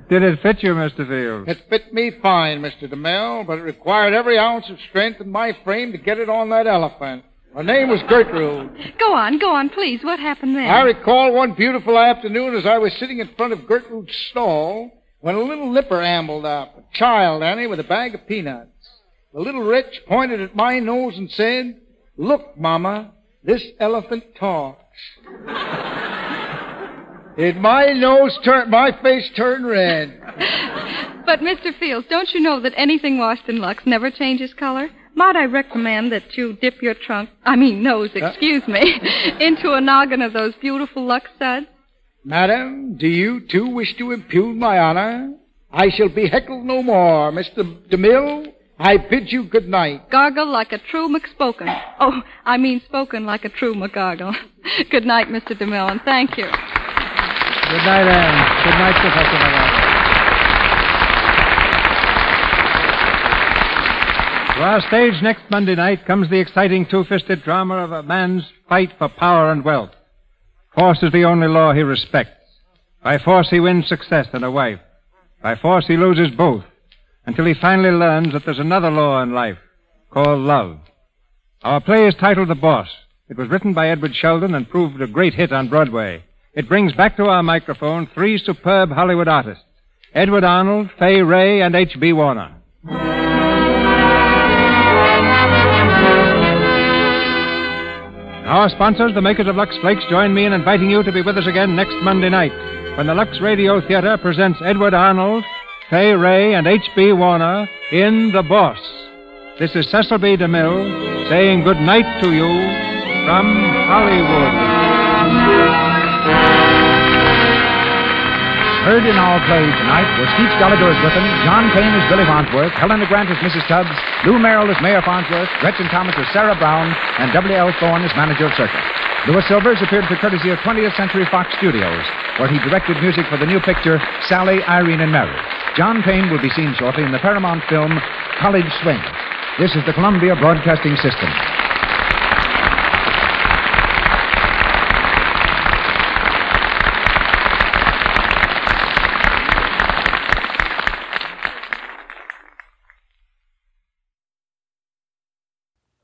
Did it fit you, Mr. Fields? It fit me fine, Mr. DeMille, but it required every ounce of strength in my frame to get it on that elephant. Her name was Gertrude. Go on, go on, please. What happened then? I recall one beautiful afternoon as I was sitting in front of Gertrude's stall when a little nipper ambled up, a child, Annie, with a bag of peanuts. The little wretch pointed at my nose and said, Look, Mama, this elephant talks. and my nose turned, my face turned red. But, Mr. Fields, don't you know that anything washed in Lux never changes color? Might I recommend that you dip your trunk, I mean nose, excuse me, into a noggin of those beautiful Lux suds? Madam, do you too wish to impugn my honor? I shall be heckled no more. Mr. DeMille, I bid you good night. Gargle like a true McSpoken. Oh, I mean spoken like a true McGargle. Good night, Mr. DeMille, and thank you. Good night, Anne. Good night, Professor Malone. To our stage next Monday night comes the exciting two-fisted drama of a man's fight for power and wealth. Force is the only law he respects. By force he wins success and a wife. By force he loses both, until he finally learns that there's another law in life, called love. Our play is titled The Boss. It was written by Edward Sheldon and proved a great hit on Broadway. It brings back to our microphone three superb Hollywood artists. Edward Arnold, Fay Ray, and H.B. Warner. Our sponsors, the makers of Lux Flakes, join me in inviting you to be with us again next Monday night when the Lux Radio Theater presents Edward Arnold, Fay Ray, and H.B. Warner in The Boss. This is Cecil B. DeMille saying good night to you from Hollywood. Heard in our play tonight were Steve Gallagher as Griffin, John Payne as Billy Farnsworth, Helena Grant as Mrs. Tubbs, Lou Merrill as Mayor Farnsworth, Gretchen Thomas as Sarah Brown, and W.L. Thorne as manager of circus. Louis Silvers appeared for courtesy of 20th Century Fox Studios, where he directed music for the new picture Sally, Irene, and Mary. John Payne will be seen shortly in the Paramount film College Swing. This is the Columbia Broadcasting System.